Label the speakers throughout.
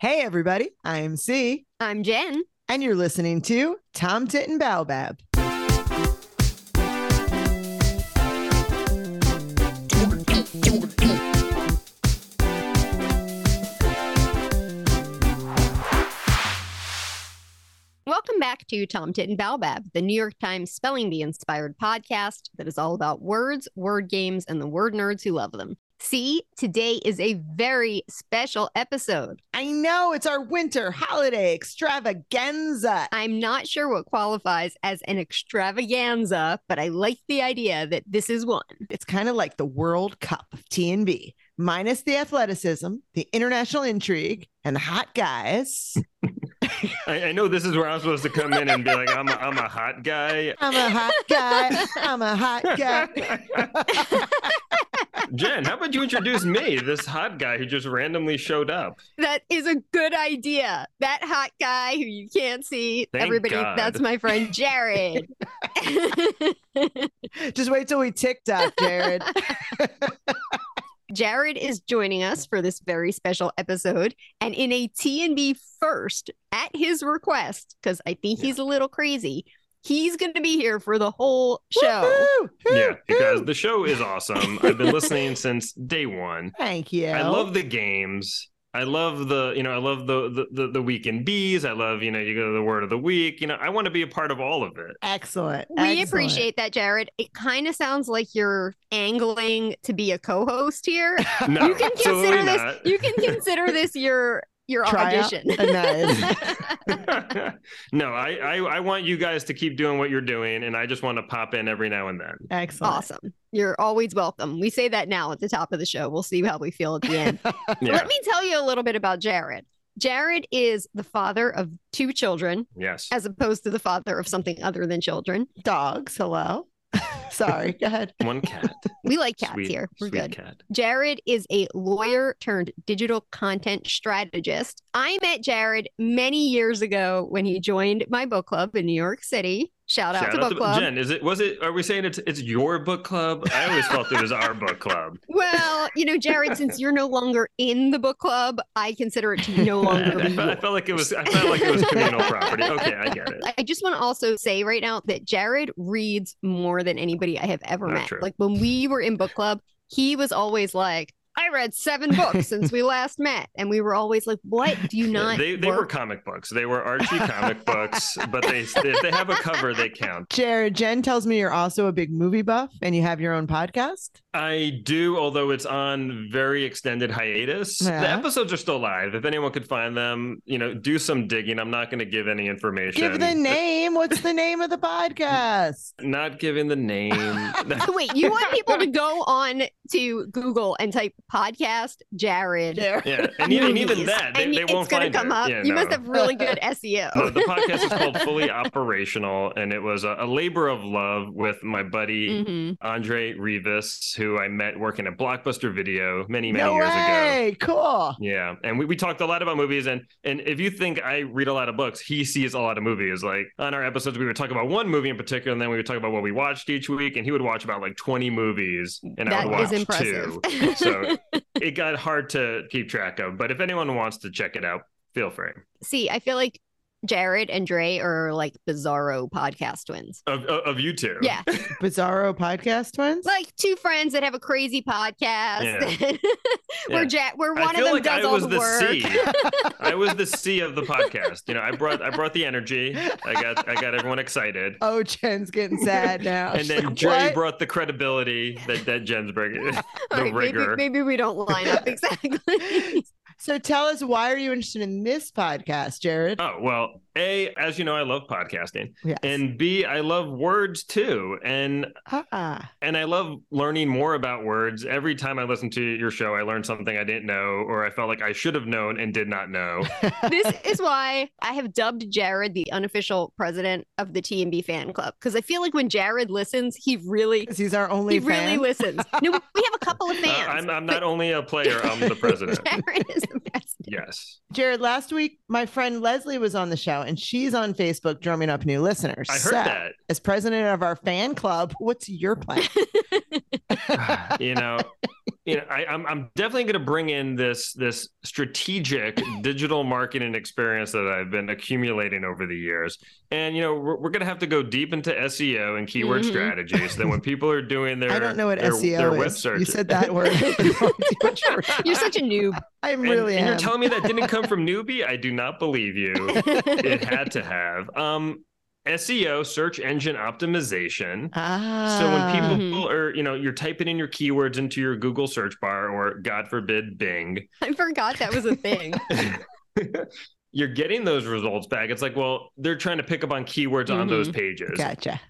Speaker 1: Hey, everybody, I'm C,
Speaker 2: I'm Jen.
Speaker 1: and you're listening to Tom Tit and Baobab.
Speaker 2: Welcome back to Tom Tit and Baobab, the New York Times Spelling Bee inspired podcast that is all about words, word games, and the word nerds who love them. See, today is a very special episode.
Speaker 1: I know it's our winter holiday extravaganza.
Speaker 2: I'm not sure what qualifies as an extravaganza, but I like the idea that this is one.
Speaker 1: It's kind of like the World Cup of TNB, minus the athleticism, the international intrigue, and the hot guys.
Speaker 3: I, I know this is where I'm supposed to come in and be like, I'm a, I'm a hot guy.
Speaker 1: I'm a hot guy. I'm a hot guy.
Speaker 3: Jen, how about you introduce me, this hot guy who just randomly showed up?
Speaker 2: That is a good idea. That hot guy who you can't see,
Speaker 3: Thank
Speaker 2: everybody,
Speaker 3: God.
Speaker 2: that's my friend Jared.
Speaker 1: Just wait till we TikTok, Jared.
Speaker 2: Jared is joining us for this very special episode and in a T&B first at his request cuz I think he's a little crazy. He's going to be here for the whole show.
Speaker 1: Woo-hoo, hoo,
Speaker 3: Yeah, because
Speaker 1: hoo.
Speaker 3: the show is awesome. I've been listening since day one.
Speaker 1: Thank you.
Speaker 3: I love the games. I love the, you know, I love the the, the the weekend bees. I love, you know, you go to the word of the week. You know, I want to be a part of all of it.
Speaker 1: Excellent.
Speaker 2: we
Speaker 1: excellent.
Speaker 2: appreciate that Jared. It kind of sounds like you're angling to be a co-host here.
Speaker 3: No,
Speaker 2: you can
Speaker 3: absolutely
Speaker 2: consider this
Speaker 3: not.
Speaker 2: you can consider this your your
Speaker 1: Tryout.
Speaker 2: audition.
Speaker 1: Uh, nice.
Speaker 3: no, I, I I want you guys to keep doing what you're doing, and I just want to pop in every now and then.
Speaker 1: Excellent.
Speaker 2: awesome. You're always welcome. We say that now at the top of the show. We'll see how we feel at the end.
Speaker 3: Yeah.
Speaker 2: Let me tell you a little bit about Jared. Jared is the father of two children,
Speaker 3: Yes.
Speaker 2: as opposed to the father of something other than children.
Speaker 1: Dogs. Hello. Sorry. Go ahead.
Speaker 3: One cat.
Speaker 2: We like cats
Speaker 3: Sweet-
Speaker 2: here. We're
Speaker 3: sweet
Speaker 2: good.
Speaker 3: Cat.
Speaker 2: Jared is a lawyer turned digital content strategist. I met Jared many years ago when he joined my book club in New York City. Shout out to book club.
Speaker 3: Jen. Is it? Was it? Are we saying it's it's your book club? I always felt it was our book club.
Speaker 2: Well, you know, Jared, since you're no longer in the book club, I consider it to no longer
Speaker 3: I,
Speaker 2: be
Speaker 3: felt, I felt like it was. I felt like it was communal property. Okay, I get it.
Speaker 2: I just want to also say right now that Jared reads more than anybody I have ever
Speaker 3: Not
Speaker 2: met.
Speaker 3: true.
Speaker 2: Like when we were in book club, he was always like, I read seven books since we last met. And we were always like, What do you not?
Speaker 3: they they were
Speaker 2: work?
Speaker 3: comic books. They were Archie comic books, but they if they have a cover, they count.
Speaker 1: Jared, Jen tells me you're also a big movie buff and you have your own podcast.
Speaker 3: I do, although it's on very extended hiatus. The
Speaker 1: Yeah.
Speaker 3: episodes are still live. If anyone could find them, you know, do some digging. I'm not going to give any information.
Speaker 1: Give the name. What's the name of the podcast?
Speaker 3: Not giving the name.
Speaker 2: Wait, you want people to go on to Google and type podcast Jared.
Speaker 1: Jared.
Speaker 3: yeah, and, e- and even
Speaker 2: movies,"
Speaker 3: that, they,
Speaker 2: and
Speaker 3: they
Speaker 2: it's
Speaker 3: won't
Speaker 2: gonna
Speaker 3: find
Speaker 2: come
Speaker 3: it.
Speaker 2: up.
Speaker 3: Yeah,
Speaker 2: you must
Speaker 3: no.
Speaker 2: have really good E SEO.
Speaker 3: No, the podcast is called Fully Operational, and it was a, a labor of love with my buddy
Speaker 2: Mhm.
Speaker 3: Andre Rivas, who I met working at Blockbuster Video many, many
Speaker 1: No
Speaker 3: years ago.
Speaker 1: way. Cool.
Speaker 3: Yeah, and we, we talked a lot about movies, and and if you think I read a lot of books, he sees a lot of movies. Like on our episodes, we would talk about one movie in particular, and then we would talk about what we watched each week, and he would watch about like twenty movies, and I
Speaker 2: That
Speaker 3: would
Speaker 2: is
Speaker 3: watch
Speaker 2: impressive.
Speaker 3: two. So it got hard to keep track of. But if anyone wants to check it out, feel free.
Speaker 2: See, I feel like Jared and Dre are like bizarro podcast twins.
Speaker 3: Of of, of you two,
Speaker 2: Yeah.
Speaker 1: Bizarro podcast twins.
Speaker 2: like two friends that have a crazy podcast.
Speaker 3: Yeah.
Speaker 2: where
Speaker 3: Yeah.
Speaker 2: Jack, where
Speaker 3: I
Speaker 2: one of
Speaker 3: feel
Speaker 2: them
Speaker 3: like
Speaker 2: does
Speaker 3: I
Speaker 2: all
Speaker 3: was
Speaker 2: the,
Speaker 3: the
Speaker 2: work.
Speaker 3: C. I was the C of the podcast. You know, I brought I brought the energy. I got I got everyone excited.
Speaker 1: Oh, Jen's getting sad now.
Speaker 2: Oh,
Speaker 3: And
Speaker 1: She's
Speaker 3: then
Speaker 1: like,
Speaker 3: Jerry
Speaker 1: "What?"
Speaker 3: brought the credibility that that Jen's
Speaker 2: All
Speaker 3: bringing. the
Speaker 2: right, maybe,
Speaker 3: rigor.
Speaker 2: maybe we don't line up exactly.
Speaker 1: So tell us why are you interested in this podcast, Jared?
Speaker 3: Oh well, a as you know, I love podcasting,
Speaker 1: yes.
Speaker 3: and b I love words too, and
Speaker 1: ah,
Speaker 3: and I love learning more about words. Every time I listen to your show, I learned something I didn't know, or I felt like I should have known and did not know.
Speaker 2: this is why I have dubbed Jared the unofficial president of the TMB fan club because I feel like when Jared listens, he really,
Speaker 1: 'cause he's our only
Speaker 2: he really
Speaker 1: fan.
Speaker 2: listens. No, we we have a couple of
Speaker 3: Uh,
Speaker 2: fans.
Speaker 3: I'm I'm not only a player, I'm the president.
Speaker 2: Jared is the best.
Speaker 3: Yes,
Speaker 1: Jared, last week my friend Leslie was on the show and she's on Facebook drumming up new listeners.
Speaker 3: I heard
Speaker 1: So,
Speaker 3: that.
Speaker 1: As president of our fan club, what's your plan?
Speaker 3: you know, you know, I, I'm I'm definitely going to bring in this this strategic digital marketing experience that I've been accumulating over the years, and you know, we're, we're going to have to go deep into SEO and keyword
Speaker 2: Mhm.
Speaker 3: strategies. Then when people are doing their
Speaker 1: Mm-hmm. I don't know what
Speaker 3: their,
Speaker 1: SEO
Speaker 3: their
Speaker 1: is.
Speaker 3: web search,
Speaker 1: You said that word. I have no idea what you're-
Speaker 2: You're such a noob.
Speaker 1: I'm
Speaker 3: and,
Speaker 1: really
Speaker 3: and
Speaker 1: am.
Speaker 3: you're telling me that didn't come from newbie. I do not believe you. it had to have um SEO search engine optimization.
Speaker 1: ah,
Speaker 3: So when people
Speaker 2: Mhm.
Speaker 3: are, you know, you're typing in your keywords into your Google search bar or God forbid Bing,
Speaker 2: I forgot that was a thing.
Speaker 3: you're getting those results back. It's like, well, they're trying to pick up on keywords on those pages.
Speaker 1: Mm-hmm. Gotcha.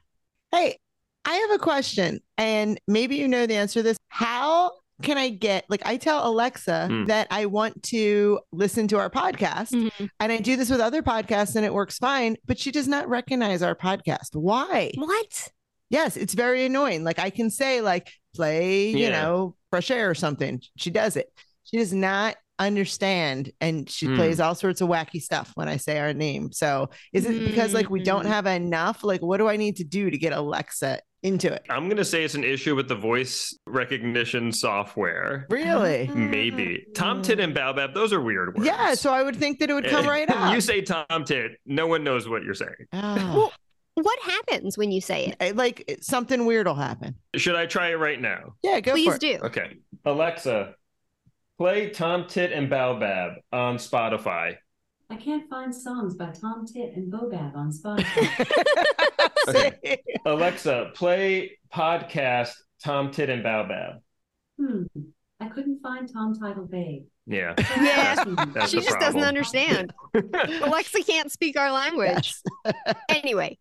Speaker 1: Hey, I have a question, and maybe you know the answer to this. How can I get, like, I tell Alexa
Speaker 3: Hmm.
Speaker 1: that I want to listen to our podcast,
Speaker 2: Mhm.
Speaker 1: and I do this with other podcasts, and it works fine, but she does not recognize our podcast. Why?
Speaker 2: What?
Speaker 1: Yes, it's very annoying. Like, I can say, like, play, you
Speaker 3: Yeah.
Speaker 1: know, fresh air or something. She does it. She does not understand and she
Speaker 3: Hmm.
Speaker 1: plays all sorts of wacky stuff when i say our name so is it because like we don't
Speaker 2: Mm.
Speaker 1: have enough like what do i need to do to get alexa into it
Speaker 3: I'm going to say it's an issue with the voice recognition software.
Speaker 1: really
Speaker 3: Maybe. Tom Tit and Baobab, those are weird words.
Speaker 1: yeah so i would think that it would come right up
Speaker 3: you say Tom Tit, no one knows what you're saying.
Speaker 1: Ah.
Speaker 2: What happens when you say it?
Speaker 1: I- like it- something weird will happen
Speaker 3: Should I try it right now?
Speaker 1: yeah go for
Speaker 2: Please
Speaker 1: it
Speaker 2: do.
Speaker 3: Okay. Alexa, play Tom Tit and Baobab on Spotify.
Speaker 4: I can't find songs by Tom Tit and Bobab on Spotify.
Speaker 3: Okay. Alexa, play podcast Tom Tit and Baobab.
Speaker 4: hmm. I couldn't find Tom Title Babe.
Speaker 3: Yeah.
Speaker 2: Yeah.
Speaker 3: That's
Speaker 2: she
Speaker 3: the
Speaker 2: just doesn't
Speaker 3: problem.
Speaker 2: understand. Alexa can't speak our language.
Speaker 1: Yes.
Speaker 2: Anyway,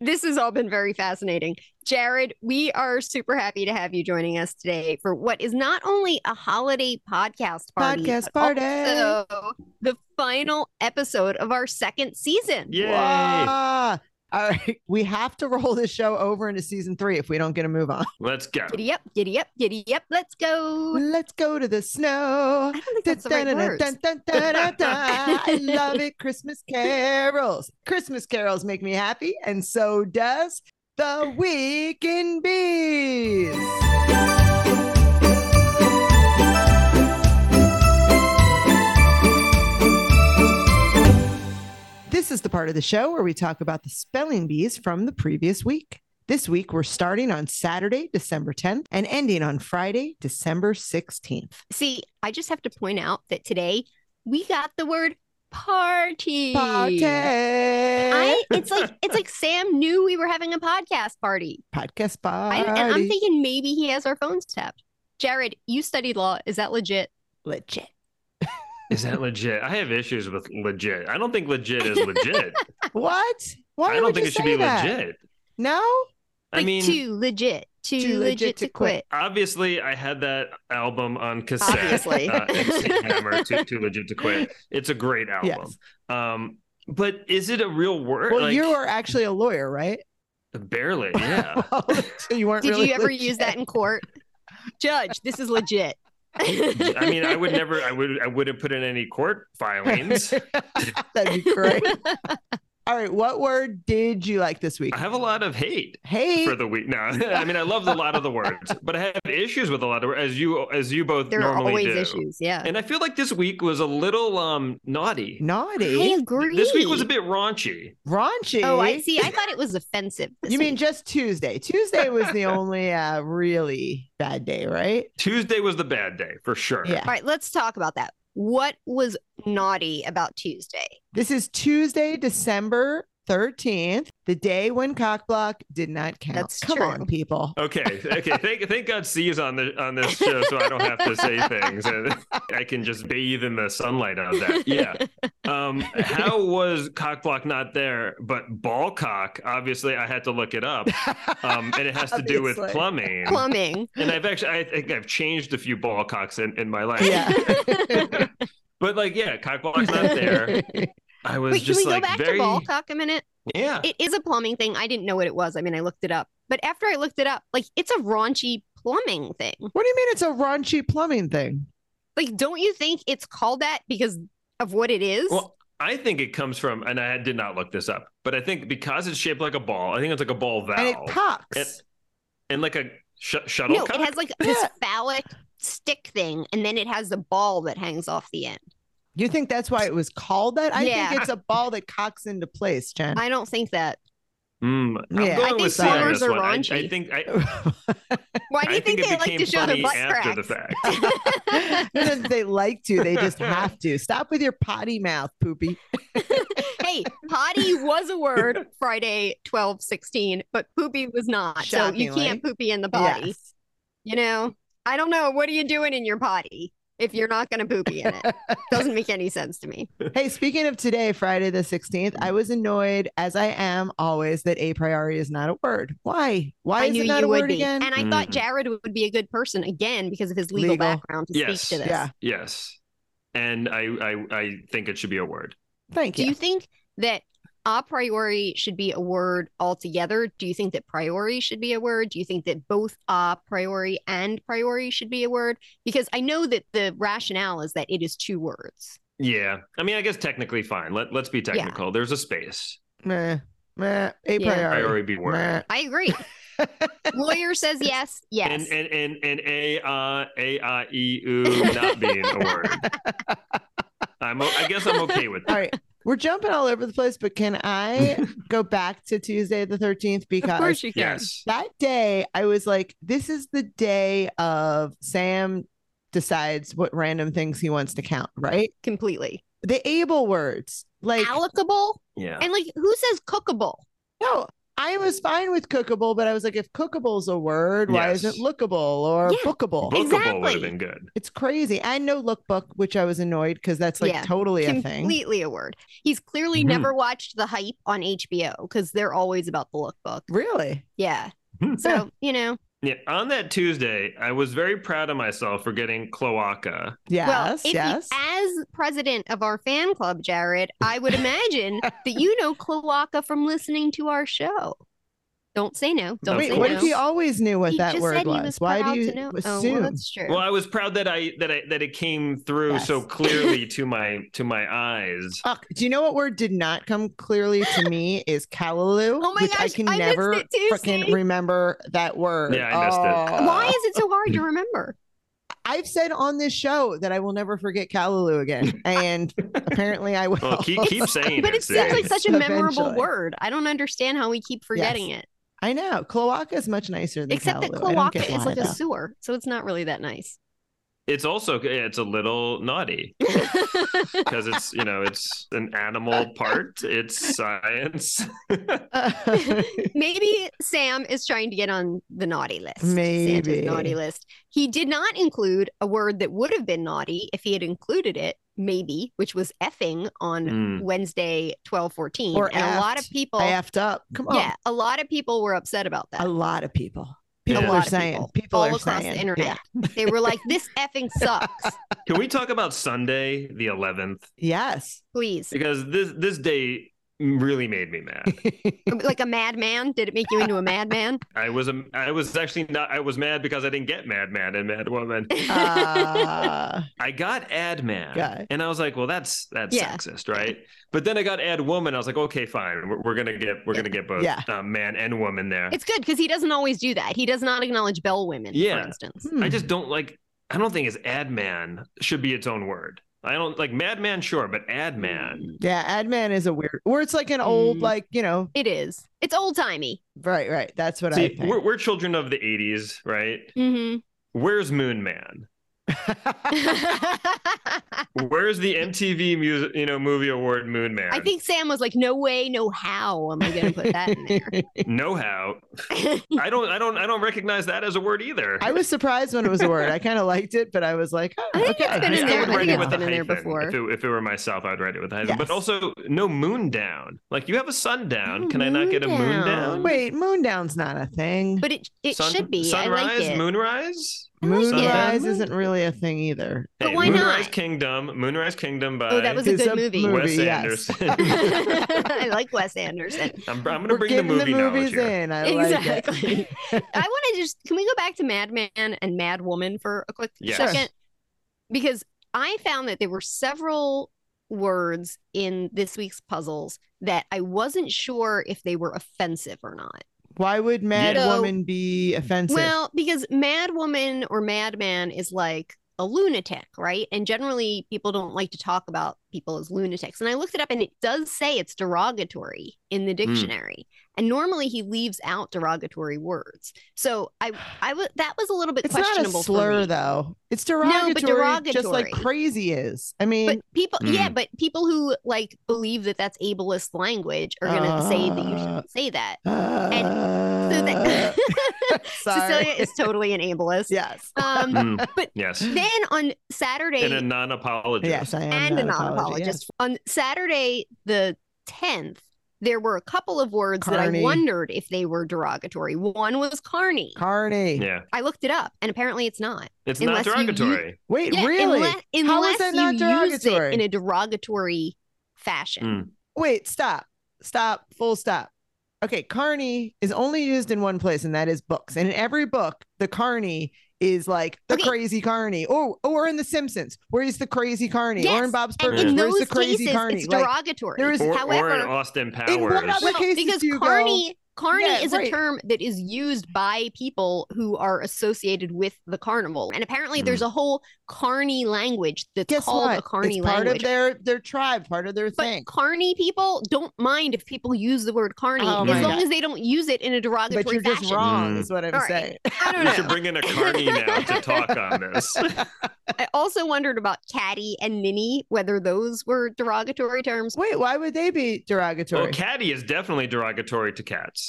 Speaker 2: this has all been very fascinating. Jared, we are super happy to have you joining us today for what is not only a holiday podcast party,
Speaker 1: Podcast
Speaker 2: but
Speaker 1: party.
Speaker 2: also the final episode of our second season.
Speaker 3: Yay.
Speaker 1: Wah. all right we have to roll this show over into season three if we don't get a move on
Speaker 3: Let's go.
Speaker 2: Giddy up, giddy up, giddy up. Let's go.
Speaker 1: let's go to the snow
Speaker 2: I don't think
Speaker 1: Dun,
Speaker 2: that's the right
Speaker 1: dun, dun,
Speaker 2: words.
Speaker 1: dun, dun, dun, dun, dun. I love it. Christmas carols. Christmas carols make me happy, and so does the Weekend Bees. This is the part of the show where we talk about the spelling bees from the previous week. This week, we're starting on Saturday, December 10th, and ending on Friday, December 16th.
Speaker 2: See, I just have to point out that today we got the word party.
Speaker 1: Party.
Speaker 2: I it's like it's like Sam knew we were having a podcast party.
Speaker 1: Podcast party.
Speaker 2: I, and I'm thinking maybe he has our phones tapped. Jared, you studied law. Is that legit?
Speaker 1: legit.
Speaker 3: Is that legit? I have issues with legit. I don't think legit is legit.
Speaker 1: What? Why
Speaker 3: I don't
Speaker 1: would
Speaker 3: think
Speaker 1: you
Speaker 3: it should
Speaker 1: say
Speaker 3: be
Speaker 1: that?
Speaker 3: legit. Oh,
Speaker 1: No?
Speaker 3: I
Speaker 2: Like,
Speaker 3: mean,
Speaker 2: too legit. Too, legit, to quit.
Speaker 3: obviously, I had that album on cassette.
Speaker 2: Obviously.
Speaker 3: Uh, MC Hammer, too, too Legit to Quit. It's a great album.
Speaker 1: Yes.
Speaker 3: Um, but is it a real word?
Speaker 1: Well,
Speaker 3: Like,
Speaker 1: you are actually a lawyer, right?
Speaker 3: barely. Yeah.
Speaker 1: so you weren't
Speaker 2: Did
Speaker 1: really
Speaker 2: you ever
Speaker 1: legit.
Speaker 2: use that in court? Judge, this is legit.
Speaker 3: I mean, I would never. I would. I wouldn't put in any court filings.
Speaker 1: That'd be great. All right. What word did you like this week?
Speaker 3: I have a lot of hate
Speaker 1: Hey.
Speaker 3: for the week. No, I mean, I love a lot of the words, but I have issues with a lot of words, as you as you both
Speaker 2: there are
Speaker 3: normally
Speaker 2: always
Speaker 3: do.
Speaker 2: issues. Yeah.
Speaker 3: And I feel like this week was a little um naughty.
Speaker 2: I
Speaker 1: Naughty.
Speaker 2: agree.
Speaker 3: This week was a bit raunchy.
Speaker 1: Raunchy.
Speaker 2: Oh, I see. I thought it was offensive. this
Speaker 1: You mean
Speaker 2: week.
Speaker 1: just Tuesday? Tuesday was the only uh, really bad day, right?
Speaker 3: Tuesday was the bad day for sure.
Speaker 1: Yeah.
Speaker 2: All right, let's talk about that. What was naughty about Tuesday?
Speaker 1: This is Tuesday, December 13th, the day when cockblock did not count.
Speaker 2: That's
Speaker 1: Come
Speaker 2: true.
Speaker 1: on, people.
Speaker 3: Okay. Okay. Thank thank God C is on the on this show, so I don't have to say things. And I can just bathe in the sunlight of that. Yeah. Um, how was cockblock not there, but ballcock? Obviously, I had to look it up, um, and it has to do with
Speaker 1: Obviously.
Speaker 3: plumbing.
Speaker 2: Plumbing.
Speaker 3: And I've actually, I think I've changed a few ballcocks in, in my life.
Speaker 1: Yeah.
Speaker 3: But like, yeah, cockblock's not there. I was
Speaker 2: Wait, can
Speaker 3: just
Speaker 2: we go
Speaker 3: like
Speaker 2: back
Speaker 3: very,
Speaker 2: to Ballcock a minute?
Speaker 3: yeah.
Speaker 2: It is a plumbing thing. I didn't know what it was. I mean, I looked it up. But after I looked it up, like it's a raunchy plumbing thing.
Speaker 1: What do you mean it's a raunchy plumbing thing?
Speaker 2: Like, don't you think it's called that because of what it is?
Speaker 3: Well, I think it comes from, and I did not look this up, but I think because it's shaped like a ball, I think it's like a ball valve
Speaker 1: And it cocks.
Speaker 3: It- and like a sh-
Speaker 2: no,
Speaker 3: shuttlecock.
Speaker 2: it has like this phallic stick thing, and then it has a ball that hangs off the end.
Speaker 1: You think that's why it was called that? I
Speaker 2: Yeah.
Speaker 1: think it's a ball that cocks into place, Jen.
Speaker 2: I don't think that.
Speaker 3: Mm, I'm
Speaker 1: Yeah. I
Speaker 3: going
Speaker 2: think
Speaker 3: with C on
Speaker 2: plumbers
Speaker 3: this
Speaker 2: are
Speaker 3: one. I, I
Speaker 2: raunchy.
Speaker 3: think I,
Speaker 2: Why do
Speaker 3: I
Speaker 2: you think,
Speaker 3: think,
Speaker 2: they
Speaker 3: it
Speaker 2: like
Speaker 3: became
Speaker 2: to show their
Speaker 3: funny
Speaker 2: butt
Speaker 3: after the
Speaker 2: cracks?
Speaker 1: Not
Speaker 3: fact.
Speaker 1: that they like to, they just have to. Stop with your potty mouth, poopy.
Speaker 2: hey, potty was a word Friday twelve sixteen, but poopy was not. So you
Speaker 1: Shockingly.
Speaker 2: can't poopy in the potty.
Speaker 1: Yes.
Speaker 2: You know, I don't know. What are you doing in your potty if you're not going to poopy in it? Doesn't make any sense to me.
Speaker 1: Hey, speaking of today, Friday the 16th, I was annoyed, as I am always, that a priori is not a word. Why? Why
Speaker 2: I
Speaker 1: is
Speaker 2: knew
Speaker 1: it not
Speaker 2: you
Speaker 1: a word
Speaker 2: would be.
Speaker 1: again?
Speaker 2: And I thought
Speaker 3: Mhm.
Speaker 2: Jared would be a good person again because of his legal,
Speaker 1: Mm. Legal.
Speaker 2: background to
Speaker 3: Yes.
Speaker 2: speak to this.
Speaker 1: Yeah.
Speaker 3: yes, and I, I I think it should be a word.
Speaker 1: Thank
Speaker 2: Do
Speaker 1: you.
Speaker 2: you think that a priori should be a word altogether? Do you think that priori should be a word? Do you think that both a priori and priori should be a word? Because I know that the rationale is that it is two words.
Speaker 3: Yeah, I mean, I guess technically fine. Let Let's be technical. There's a space.
Speaker 1: Meh, meh, a
Speaker 2: Yeah.
Speaker 1: priori.
Speaker 3: Priority be word.
Speaker 1: Meh.
Speaker 2: I agree. Lawyer says yes, yes.
Speaker 3: And and and and a uh, a i e u not being a word. I'm o- I guess I'm okay with
Speaker 1: All
Speaker 3: that.
Speaker 1: right. We're jumping all over the place, but can I go back to Tuesday the 13th? Because
Speaker 2: of course you can.
Speaker 3: Yes.
Speaker 1: that day I was like, this is the day of Sam decides what random things he wants to count, right?
Speaker 2: Completely.
Speaker 1: The able words. Like
Speaker 2: Allocable?
Speaker 3: Yeah.
Speaker 2: And like who says cookable?
Speaker 1: no, I was fine with cookable, but I was like, if cookable's a word, why
Speaker 3: Yes.
Speaker 1: isn't lookable or
Speaker 2: Yeah.
Speaker 1: bookable?
Speaker 3: Bookable would
Speaker 2: Exactly.
Speaker 3: have been good.
Speaker 1: it's crazy. And no lookbook, which I was annoyed because that's like
Speaker 2: Yeah.
Speaker 1: totally a thing.
Speaker 2: Completely a word. He's clearly
Speaker 3: Mhm.
Speaker 2: never watched the hype on HBO because they're always about the lookbook.
Speaker 1: Really?
Speaker 2: Yeah.
Speaker 3: Hmm.
Speaker 1: Yeah.
Speaker 2: So, you know,
Speaker 3: Yeah. On that Tuesday, I was very proud of myself for getting cloaca.
Speaker 2: well,
Speaker 1: Yes,
Speaker 2: if you-
Speaker 1: yes.
Speaker 2: as president of our fan club, Jared, I would imagine that you know cloaca from listening to our show. Don't say no. Don't
Speaker 1: Wait,
Speaker 2: say
Speaker 1: what
Speaker 2: no.
Speaker 1: if he always knew what
Speaker 2: He
Speaker 1: that
Speaker 2: just
Speaker 1: word
Speaker 2: said he
Speaker 1: was? Why
Speaker 2: proud
Speaker 1: do
Speaker 2: to
Speaker 1: you
Speaker 2: know. Oh, well,
Speaker 1: assume?
Speaker 2: that's true.
Speaker 3: Well, I was proud that I that I that it came through
Speaker 1: Yes.
Speaker 3: so clearly to my to my
Speaker 2: Oh.
Speaker 3: eyes.
Speaker 1: Fuck. Do you know what word did not come clearly to me is callaloo,
Speaker 2: Oh my
Speaker 1: which I
Speaker 2: gosh,
Speaker 1: can
Speaker 2: I missed
Speaker 1: never
Speaker 2: it too,
Speaker 1: frickin'
Speaker 2: see?
Speaker 1: remember that word.
Speaker 3: Yeah, I missed it.
Speaker 1: Oh.
Speaker 2: Why is it so hard to remember?
Speaker 1: I've said on this show that I will never forget callaloo again, and apparently I will.
Speaker 3: Well, keep keep saying
Speaker 2: But it
Speaker 3: it.
Speaker 2: seems like
Speaker 3: Sid.
Speaker 2: such a memorable
Speaker 1: Eventually.
Speaker 2: word. I don't understand how we keep forgetting it.
Speaker 1: I know cloaca is much nicer than
Speaker 2: Except that
Speaker 1: callaloo. I don't
Speaker 2: cloaca
Speaker 1: get
Speaker 2: is
Speaker 1: why,
Speaker 2: like a
Speaker 1: though.
Speaker 2: sewer, so it's not really that nice.
Speaker 3: It's also it's a little naughty because it's you know it's an animal part. It's science.
Speaker 2: Maybe Sam is trying to get on the naughty list.
Speaker 1: Maybe.
Speaker 2: Santa's naughty list. He did not include a word that would have been naughty if he had included it, maybe, which was effing on
Speaker 3: Mm.
Speaker 2: Wednesday twelve fourteen.
Speaker 1: Or
Speaker 2: and a lot of
Speaker 1: aft.
Speaker 2: people
Speaker 1: I effed up. Come on,
Speaker 2: Yeah, a lot of people were upset about that.
Speaker 1: a lot of people.
Speaker 3: Yeah.
Speaker 1: People
Speaker 3: A
Speaker 1: are
Speaker 2: lot of
Speaker 1: saying.
Speaker 2: people.
Speaker 1: People
Speaker 2: all
Speaker 1: are
Speaker 2: across
Speaker 1: saying.
Speaker 2: the internet. They were like, This effing sucks.
Speaker 3: Can we talk about Sunday the eleventh?
Speaker 1: Yeah. Yes.
Speaker 2: Please.
Speaker 3: Because this this day really made me mad.
Speaker 2: Like a madman. Did it make you into a madman?
Speaker 3: I was a I was actually not I was mad because I didn't get Mad Man and Mad Woman.
Speaker 1: Uh,
Speaker 3: I got ad man,
Speaker 1: Got it.
Speaker 3: and I was like, "Well, that's that's
Speaker 2: Yeah.
Speaker 3: sexist, right?" But then I got ad woman. I was like, "Okay, fine. We're, we're gonna get we're gonna get both
Speaker 1: Yeah.
Speaker 3: uh, man and woman there."
Speaker 2: It's good because he doesn't always do that. He does not acknowledge bell women,
Speaker 3: Yeah.
Speaker 2: for instance.
Speaker 1: hmm.
Speaker 3: I just don't like. I don't think it's ad man should be its own word. I don't like madman, sure, but ad man.
Speaker 1: Yeah, admin is a weird, or it's like an old,
Speaker 2: Mm.
Speaker 1: like you know,
Speaker 2: It is. It's old timey.
Speaker 1: right, right. That's what I
Speaker 3: See,
Speaker 1: think.
Speaker 3: we're, we're children of the '80s, right?
Speaker 2: hmm
Speaker 3: Where's Moon Man?
Speaker 2: I
Speaker 3: Where's the MTV music, you know, movie award Moon Man?
Speaker 2: think Sam was like, "No way, no how am I going to put that in there?"
Speaker 3: know how. I don't. I don't. I don't recognize that as a word either.
Speaker 1: I was surprised when it was a word. I kind of liked it, but I was like, oh,
Speaker 2: I think
Speaker 1: okay.
Speaker 2: it's been
Speaker 3: I-
Speaker 2: in
Speaker 3: I
Speaker 2: there.
Speaker 3: would
Speaker 2: I
Speaker 3: write
Speaker 2: think
Speaker 3: it
Speaker 2: it's
Speaker 3: with a
Speaker 2: been in there
Speaker 3: hyphen.
Speaker 2: before.
Speaker 3: If it, if it were myself, I'd write it with a hyphen. But
Speaker 1: Yes.
Speaker 3: also, no moon down. Like you have a sundown.
Speaker 2: No
Speaker 3: Can I not get a moon
Speaker 2: moon
Speaker 3: down?
Speaker 2: down.
Speaker 1: Wait, moondown's not a thing.
Speaker 2: But it it
Speaker 3: Sun-
Speaker 2: should be.
Speaker 3: Sunrise,
Speaker 2: I like it.
Speaker 3: moonrise.
Speaker 2: I like it.
Speaker 1: Moonrise isn't really a thing either.
Speaker 2: But
Speaker 3: hey,
Speaker 2: why not?
Speaker 3: moonrise Kingdom. Moonrise Kingdom by
Speaker 2: Oh, that was a
Speaker 1: It's
Speaker 2: good movie.
Speaker 3: Wes
Speaker 1: yes.
Speaker 3: Anderson.
Speaker 2: I like Wes Anderson.
Speaker 3: I'm, I'm gonna
Speaker 1: We're
Speaker 3: bring the
Speaker 1: getting
Speaker 3: movie knowledge
Speaker 1: movies
Speaker 3: here.
Speaker 1: in. I like
Speaker 2: Exactly.
Speaker 1: it.
Speaker 2: I want to just can we go back to Madman and Mad Woman for a quick
Speaker 3: Yes.
Speaker 1: Sure.
Speaker 2: second? Because I found that there were several words in this week's puzzles that I wasn't sure if they were offensive or not.
Speaker 1: Why would Mad
Speaker 2: Yeah.
Speaker 1: Woman be offensive?
Speaker 2: Well, because Mad Woman or Madman is like a lunatic, right? And generally, people don't like to talk about people as lunatics. And I looked it up, and it does say it's derogatory in the
Speaker 1: Hmm.
Speaker 2: dictionary. And normally, he leaves out derogatory words. So I, I was that was a little bit
Speaker 1: it's not a
Speaker 2: questionable. for
Speaker 1: slur
Speaker 2: me.
Speaker 1: though. It's derogatory,
Speaker 2: No, but
Speaker 1: just like
Speaker 2: derogatory.
Speaker 1: crazy is. I mean,
Speaker 2: But people, yeah,
Speaker 1: Hmm.
Speaker 3: Mm.
Speaker 2: but people who like believe that that's ableist language are gonna say that you
Speaker 1: Uh,
Speaker 2: shouldn't say that.
Speaker 1: uh,
Speaker 2: So that
Speaker 1: sorry. Hmm.
Speaker 2: Cecilia is totally an ableist.
Speaker 1: yes,
Speaker 2: Um,
Speaker 3: Mm,
Speaker 2: but
Speaker 3: yes.
Speaker 2: then on Saturday,
Speaker 3: And a non apologist.
Speaker 1: yes, I am.
Speaker 2: and a
Speaker 1: not
Speaker 2: non apologist. On Saturday, the 10th, there were a couple of words that
Speaker 1: Carney.
Speaker 2: I wondered if they were derogatory. One was carny.
Speaker 1: Yes. Carney.
Speaker 3: Yeah.
Speaker 2: I looked it up and apparently it's not.
Speaker 3: It's
Speaker 2: Unless you
Speaker 3: not
Speaker 2: use-
Speaker 3: derogatory.
Speaker 1: Wait,
Speaker 2: Yeah,
Speaker 1: really?
Speaker 2: Unless,
Speaker 1: How is
Speaker 2: unless
Speaker 1: that
Speaker 2: you
Speaker 1: not
Speaker 2: used it
Speaker 1: derogatory?
Speaker 2: in a derogatory fashion.
Speaker 1: Wait, stop, stop, full stop. Okay, carney is only used in one place, and that is books. And in every book, the carney is like the
Speaker 2: Okay.
Speaker 1: crazy carney, or or in The Simpsons, where he's the crazy carney, or in
Speaker 2: Yes,
Speaker 1: Bob's
Speaker 2: And
Speaker 1: Burgers,
Speaker 2: in
Speaker 1: where's
Speaker 2: those
Speaker 1: the crazy
Speaker 2: cases,
Speaker 1: carney?
Speaker 2: it's
Speaker 1: Like,
Speaker 2: derogatory.
Speaker 1: there is-
Speaker 3: Or, or in
Speaker 2: However,
Speaker 3: Austin Powers.
Speaker 1: in what other
Speaker 2: No,
Speaker 1: cases
Speaker 2: because
Speaker 1: do you go-
Speaker 2: carny carny
Speaker 1: Yeah,
Speaker 2: is
Speaker 1: right.
Speaker 2: a term that is used by people who are associated with the carnival and apparently there's a whole carny language that's
Speaker 1: Guess
Speaker 2: called
Speaker 1: what?
Speaker 2: a carny
Speaker 1: it's part
Speaker 2: language
Speaker 1: of their their tribe, part of their
Speaker 2: but
Speaker 1: thing.
Speaker 2: carny people don't mind if people use the word carny
Speaker 1: Oh
Speaker 3: my
Speaker 2: as long
Speaker 1: God.
Speaker 2: as they don't use it in a derogatory
Speaker 1: But you're
Speaker 2: fashion
Speaker 1: just wrong,
Speaker 3: Mm.
Speaker 1: is what I'm
Speaker 2: All right.
Speaker 1: saying.
Speaker 2: i don't
Speaker 3: We should
Speaker 2: know
Speaker 3: bring in a Carney now to talk on this.
Speaker 2: i also wondered about caddy and ninny whether those were derogatory terms
Speaker 1: Wait, why would they be derogatory?
Speaker 3: Well, catty is definitely derogatory to cats.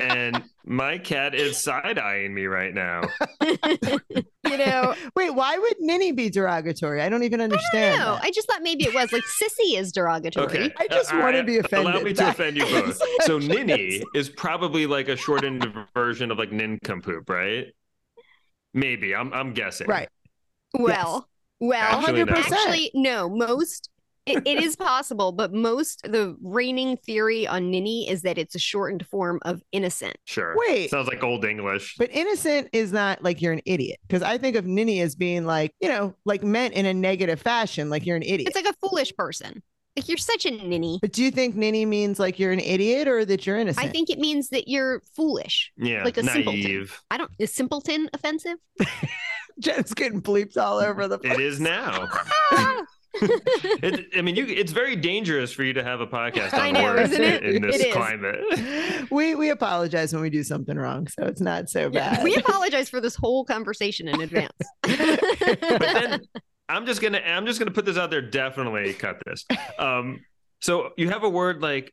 Speaker 3: and my cat is side eyeing me right now.
Speaker 2: you know
Speaker 1: Wait, why would ninny be derogatory? I don't even understand.
Speaker 2: no
Speaker 1: that.
Speaker 2: i just thought maybe it was like sissy is derogatory
Speaker 3: Okay.
Speaker 1: I just
Speaker 3: All
Speaker 1: wanna be
Speaker 3: Allow me
Speaker 1: offended.
Speaker 3: to offend you both.
Speaker 1: That's-
Speaker 3: So ninny is probably like a shortened version of like nincompoop, right? Maybe. I'm I'm guessing.
Speaker 1: Right.
Speaker 2: Well, well,
Speaker 3: Actually,
Speaker 2: actually,
Speaker 3: no.
Speaker 2: no. Most it, it is possible, but most the reigning theory on ninny is that it's a shortened form of innocent.
Speaker 3: Sure.
Speaker 1: Wait.
Speaker 3: Sounds like old English.
Speaker 1: But innocent is not like you're an idiot because I think of ninny as being like, you know, like meant in a negative fashion, like you're an idiot.
Speaker 2: It's like a foolish person. Like you're such a ninny.
Speaker 1: but do you think ninny means like you're an idiot or that you're innocent?
Speaker 2: I think it means that you're foolish.
Speaker 3: Yeah.
Speaker 2: Like a simpleton.
Speaker 3: naive.
Speaker 2: I don't is simpleton offensive?
Speaker 1: Jen's getting bleeped all over the place.
Speaker 3: It is now.
Speaker 2: Ah!
Speaker 3: It, I mean, you. It's very dangerous for you to have a podcast on
Speaker 2: I know,
Speaker 3: words
Speaker 2: isn't it?
Speaker 3: in this
Speaker 2: It is.
Speaker 3: climate.
Speaker 1: we we apologize when we do something wrong, so it's not so bad.
Speaker 2: we apologize for this whole conversation in advance.
Speaker 3: But then I'm just gonna I'm just gonna put this out there. Definitely cut this. Um, so you have a word like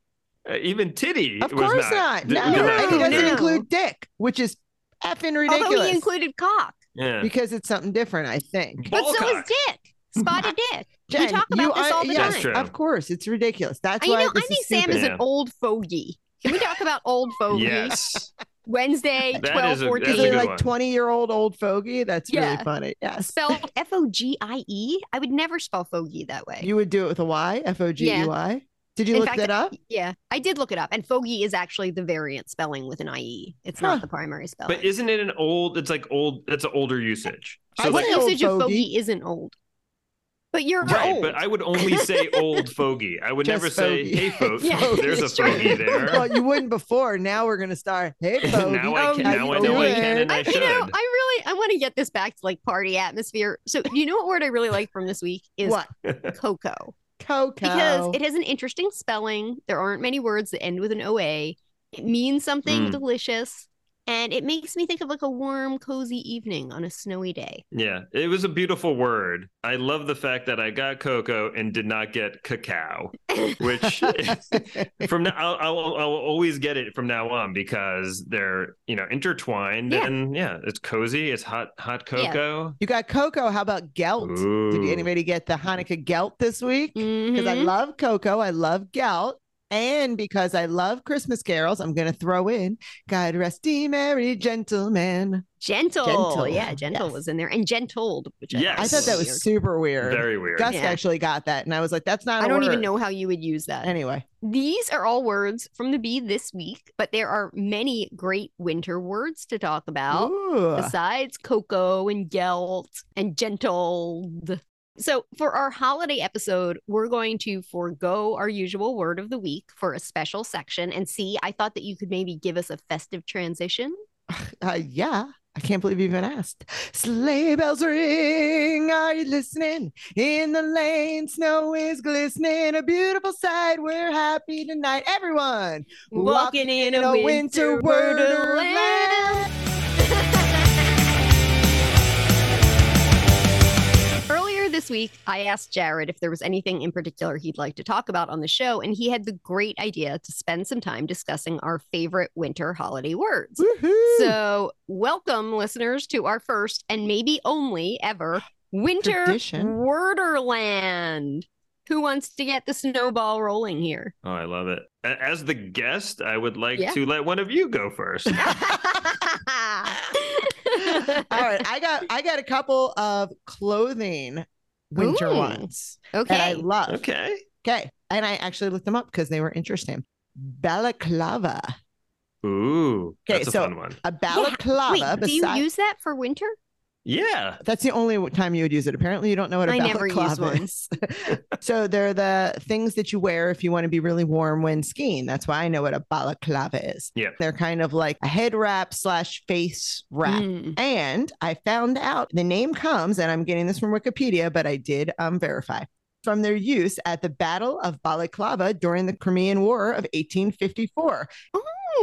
Speaker 3: uh, even titty.
Speaker 1: of
Speaker 3: was
Speaker 1: course not.
Speaker 3: not.
Speaker 1: No,
Speaker 3: did
Speaker 1: and it doesn't
Speaker 2: No.
Speaker 1: include dick, which is effing ridiculous.
Speaker 2: Although he included cock,
Speaker 3: Yeah.
Speaker 1: because it's something different, I think.
Speaker 2: but so
Speaker 3: Ballcock.
Speaker 2: is dick. Spotted dick.
Speaker 1: Jen,
Speaker 2: we talk about
Speaker 1: you
Speaker 2: this
Speaker 1: are-
Speaker 2: all the
Speaker 1: yes,
Speaker 2: time.
Speaker 3: That's true.
Speaker 1: Of course, it's ridiculous. That's
Speaker 2: I, you
Speaker 1: why
Speaker 2: know, I
Speaker 1: this
Speaker 2: think
Speaker 1: is
Speaker 2: Sam is
Speaker 1: stupid.
Speaker 2: an
Speaker 3: Yeah.
Speaker 2: old fogey. Can we talk about old fogey?
Speaker 3: Yes.
Speaker 2: Wednesday,
Speaker 3: That
Speaker 2: twelve
Speaker 3: is
Speaker 1: Is
Speaker 3: a- that's a
Speaker 1: it
Speaker 2: fourteen.
Speaker 3: good
Speaker 1: like
Speaker 3: one.
Speaker 1: 20 year old old fogey? That's really
Speaker 2: Yeah.
Speaker 1: funny. Yes.
Speaker 2: Spelled F O G I E. I would never spell fogey that way.
Speaker 1: You would do it with a Y, F O G E Y. Did you
Speaker 2: In
Speaker 1: look
Speaker 2: fact,
Speaker 1: that up?
Speaker 2: yeah, I did look it up, and fogey is actually the variant spelling with an I E. It's
Speaker 1: Huh.
Speaker 2: not the primary spelling.
Speaker 3: But isn't it an old? It's like old. That's an older usage.
Speaker 1: I
Speaker 3: So
Speaker 1: would
Speaker 2: what
Speaker 3: like,
Speaker 1: say old
Speaker 2: usage of
Speaker 1: fogey.
Speaker 2: fogey isn't old? But you're
Speaker 3: right,
Speaker 2: old.
Speaker 3: but I would only say old fogey. I would
Speaker 1: Just
Speaker 3: never say
Speaker 1: fogey.
Speaker 3: hey folk.
Speaker 2: Yeah,
Speaker 3: There's a
Speaker 2: it's true.
Speaker 3: fogey
Speaker 1: well,
Speaker 3: there.
Speaker 1: you wouldn't before. Now we're going to start. Hey, fogey.
Speaker 3: now
Speaker 2: Oh,
Speaker 3: I can,
Speaker 1: how
Speaker 3: now
Speaker 1: you
Speaker 3: I know I
Speaker 1: doing?
Speaker 3: can and I
Speaker 2: you
Speaker 3: should.
Speaker 2: know, I really I want to get this back to like party atmosphere. So you know what word I really like from this week is
Speaker 1: What?
Speaker 2: cocoa.
Speaker 1: Cocoa.
Speaker 2: because it has an interesting spelling. There aren't many words that end with an OA. It means something
Speaker 3: Mm.
Speaker 2: delicious. And it makes me think of like a warm, cozy evening on a snowy day.
Speaker 3: Yeah, it was a beautiful word. I love the fact that I got cocoa and did not get cacao, which from now I'll, I'll, I'll always get it from now on because they're you know intertwined
Speaker 2: Yeah.
Speaker 3: and yeah, it's cozy. It's hot hot
Speaker 2: Yeah.
Speaker 3: cocoa.
Speaker 1: you got cocoa. How about gelt? Did
Speaker 3: Ooh.
Speaker 1: anybody get the Hanukkah gelt this week? because I
Speaker 2: Mhm.
Speaker 1: love cocoa, I love gout, and because I love Christmas carols, I'm gonna throw in God rest ye merry gentlemen.
Speaker 2: gentle.
Speaker 1: Gentle,
Speaker 2: Yeah, gentle
Speaker 1: yes.
Speaker 2: was in there. And gentled, which
Speaker 1: I thought
Speaker 3: Yes.
Speaker 1: that was super weird.
Speaker 3: Very weird.
Speaker 1: Gus
Speaker 2: Yeah.
Speaker 1: actually got that, and I was like, "That's not."
Speaker 2: I
Speaker 1: a
Speaker 2: don't even
Speaker 1: word.
Speaker 2: know how you would use that.
Speaker 1: Anyway,
Speaker 2: These are all words from the bee this week, but there are many great winter words to talk about
Speaker 1: Ooh.
Speaker 2: besides cocoa and gelt and gentled. So, for our holiday episode, we're going to forego our usual word of the week for a special section. And see, I thought that you could maybe give us a festive transition.
Speaker 1: Uh, yeah. I can't believe you even asked. Sleigh bells ring. Are you listening? In the lane, snow is glistening. A beautiful sight. We're happy tonight. Everyone, Walking
Speaker 2: in
Speaker 1: a winter wonderland.
Speaker 2: Earlier this week, I asked Jared if there was anything in particular he'd like to talk about on the show, and he had the great idea to spend some time discussing our favorite winter holiday words.
Speaker 1: woohoo.
Speaker 2: So, welcome, listeners, to our first and maybe only ever Winter
Speaker 1: Tradition.
Speaker 2: Worderland. Who wants to get the snowball rolling here?
Speaker 3: Oh, I love it. A- As the guest, I would like
Speaker 2: Yeah.
Speaker 3: to let one of you go first.
Speaker 1: All right, I got I got a couple of clothing winter
Speaker 2: Ooh,
Speaker 1: ones
Speaker 2: Okay.
Speaker 1: that I love.
Speaker 3: okay.
Speaker 1: Okay. And I actually looked them up because they were interesting. Balaclava.
Speaker 3: Ooh.
Speaker 1: Okay,
Speaker 3: that's a
Speaker 1: so-
Speaker 3: fun one.
Speaker 1: A balaclava.
Speaker 2: Wait, do you
Speaker 1: besi-
Speaker 2: use that for winter?
Speaker 3: Yeah.
Speaker 1: That's the only time you would use it. Apparently, you don't know what a
Speaker 2: I never use
Speaker 1: balaclava
Speaker 2: one.
Speaker 1: is. so they're the things that you wear if you want to be really warm when skiing. That's why I know what a balaclava is.
Speaker 3: Yeah.
Speaker 1: They're kind of like a head wrap slash face wrap.
Speaker 2: Mm.
Speaker 1: And I found out the name comes, and I'm getting this from Wikipedia, but I did um, verify from their use at the Battle of Balaclava during the Crimean War of 1854.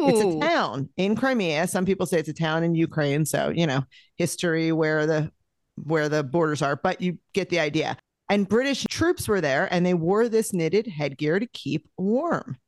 Speaker 1: It's a
Speaker 2: Ooh.
Speaker 1: town in Crimea. Some people say it's a town in Ukraine. So, you know, history where the where the borders are, but you get the idea. And British troops were there and they wore this knitted headgear to keep warm.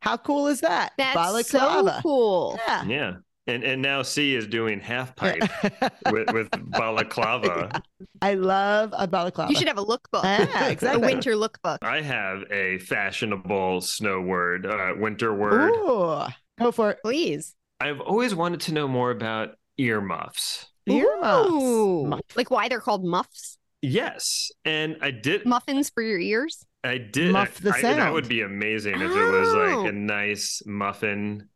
Speaker 1: How cool is that?
Speaker 2: That's so
Speaker 1: Balaclava.
Speaker 2: cool.
Speaker 1: Yeah.
Speaker 3: Yeah. And and now C is doing half pipe with, with balaclava.
Speaker 1: I love a balaclava.
Speaker 2: You should have a lookbook.
Speaker 1: Yeah,
Speaker 2: A
Speaker 1: exactly.
Speaker 2: winter lookbook.
Speaker 3: I have a fashionable snow word, uh, winter word.
Speaker 1: Ooh, go for it.
Speaker 2: Please.
Speaker 3: I've always wanted to know more about earmuffs.
Speaker 1: Earmuffs.
Speaker 2: Ooh.
Speaker 1: Muff-
Speaker 2: Like why they're called muffs?
Speaker 3: Yes, and I did.
Speaker 2: Muffins for your ears?
Speaker 3: I did.
Speaker 1: Muff the
Speaker 3: I- that would
Speaker 1: sound.
Speaker 3: be amazing if it was like
Speaker 2: Oh.
Speaker 3: a nice muffin.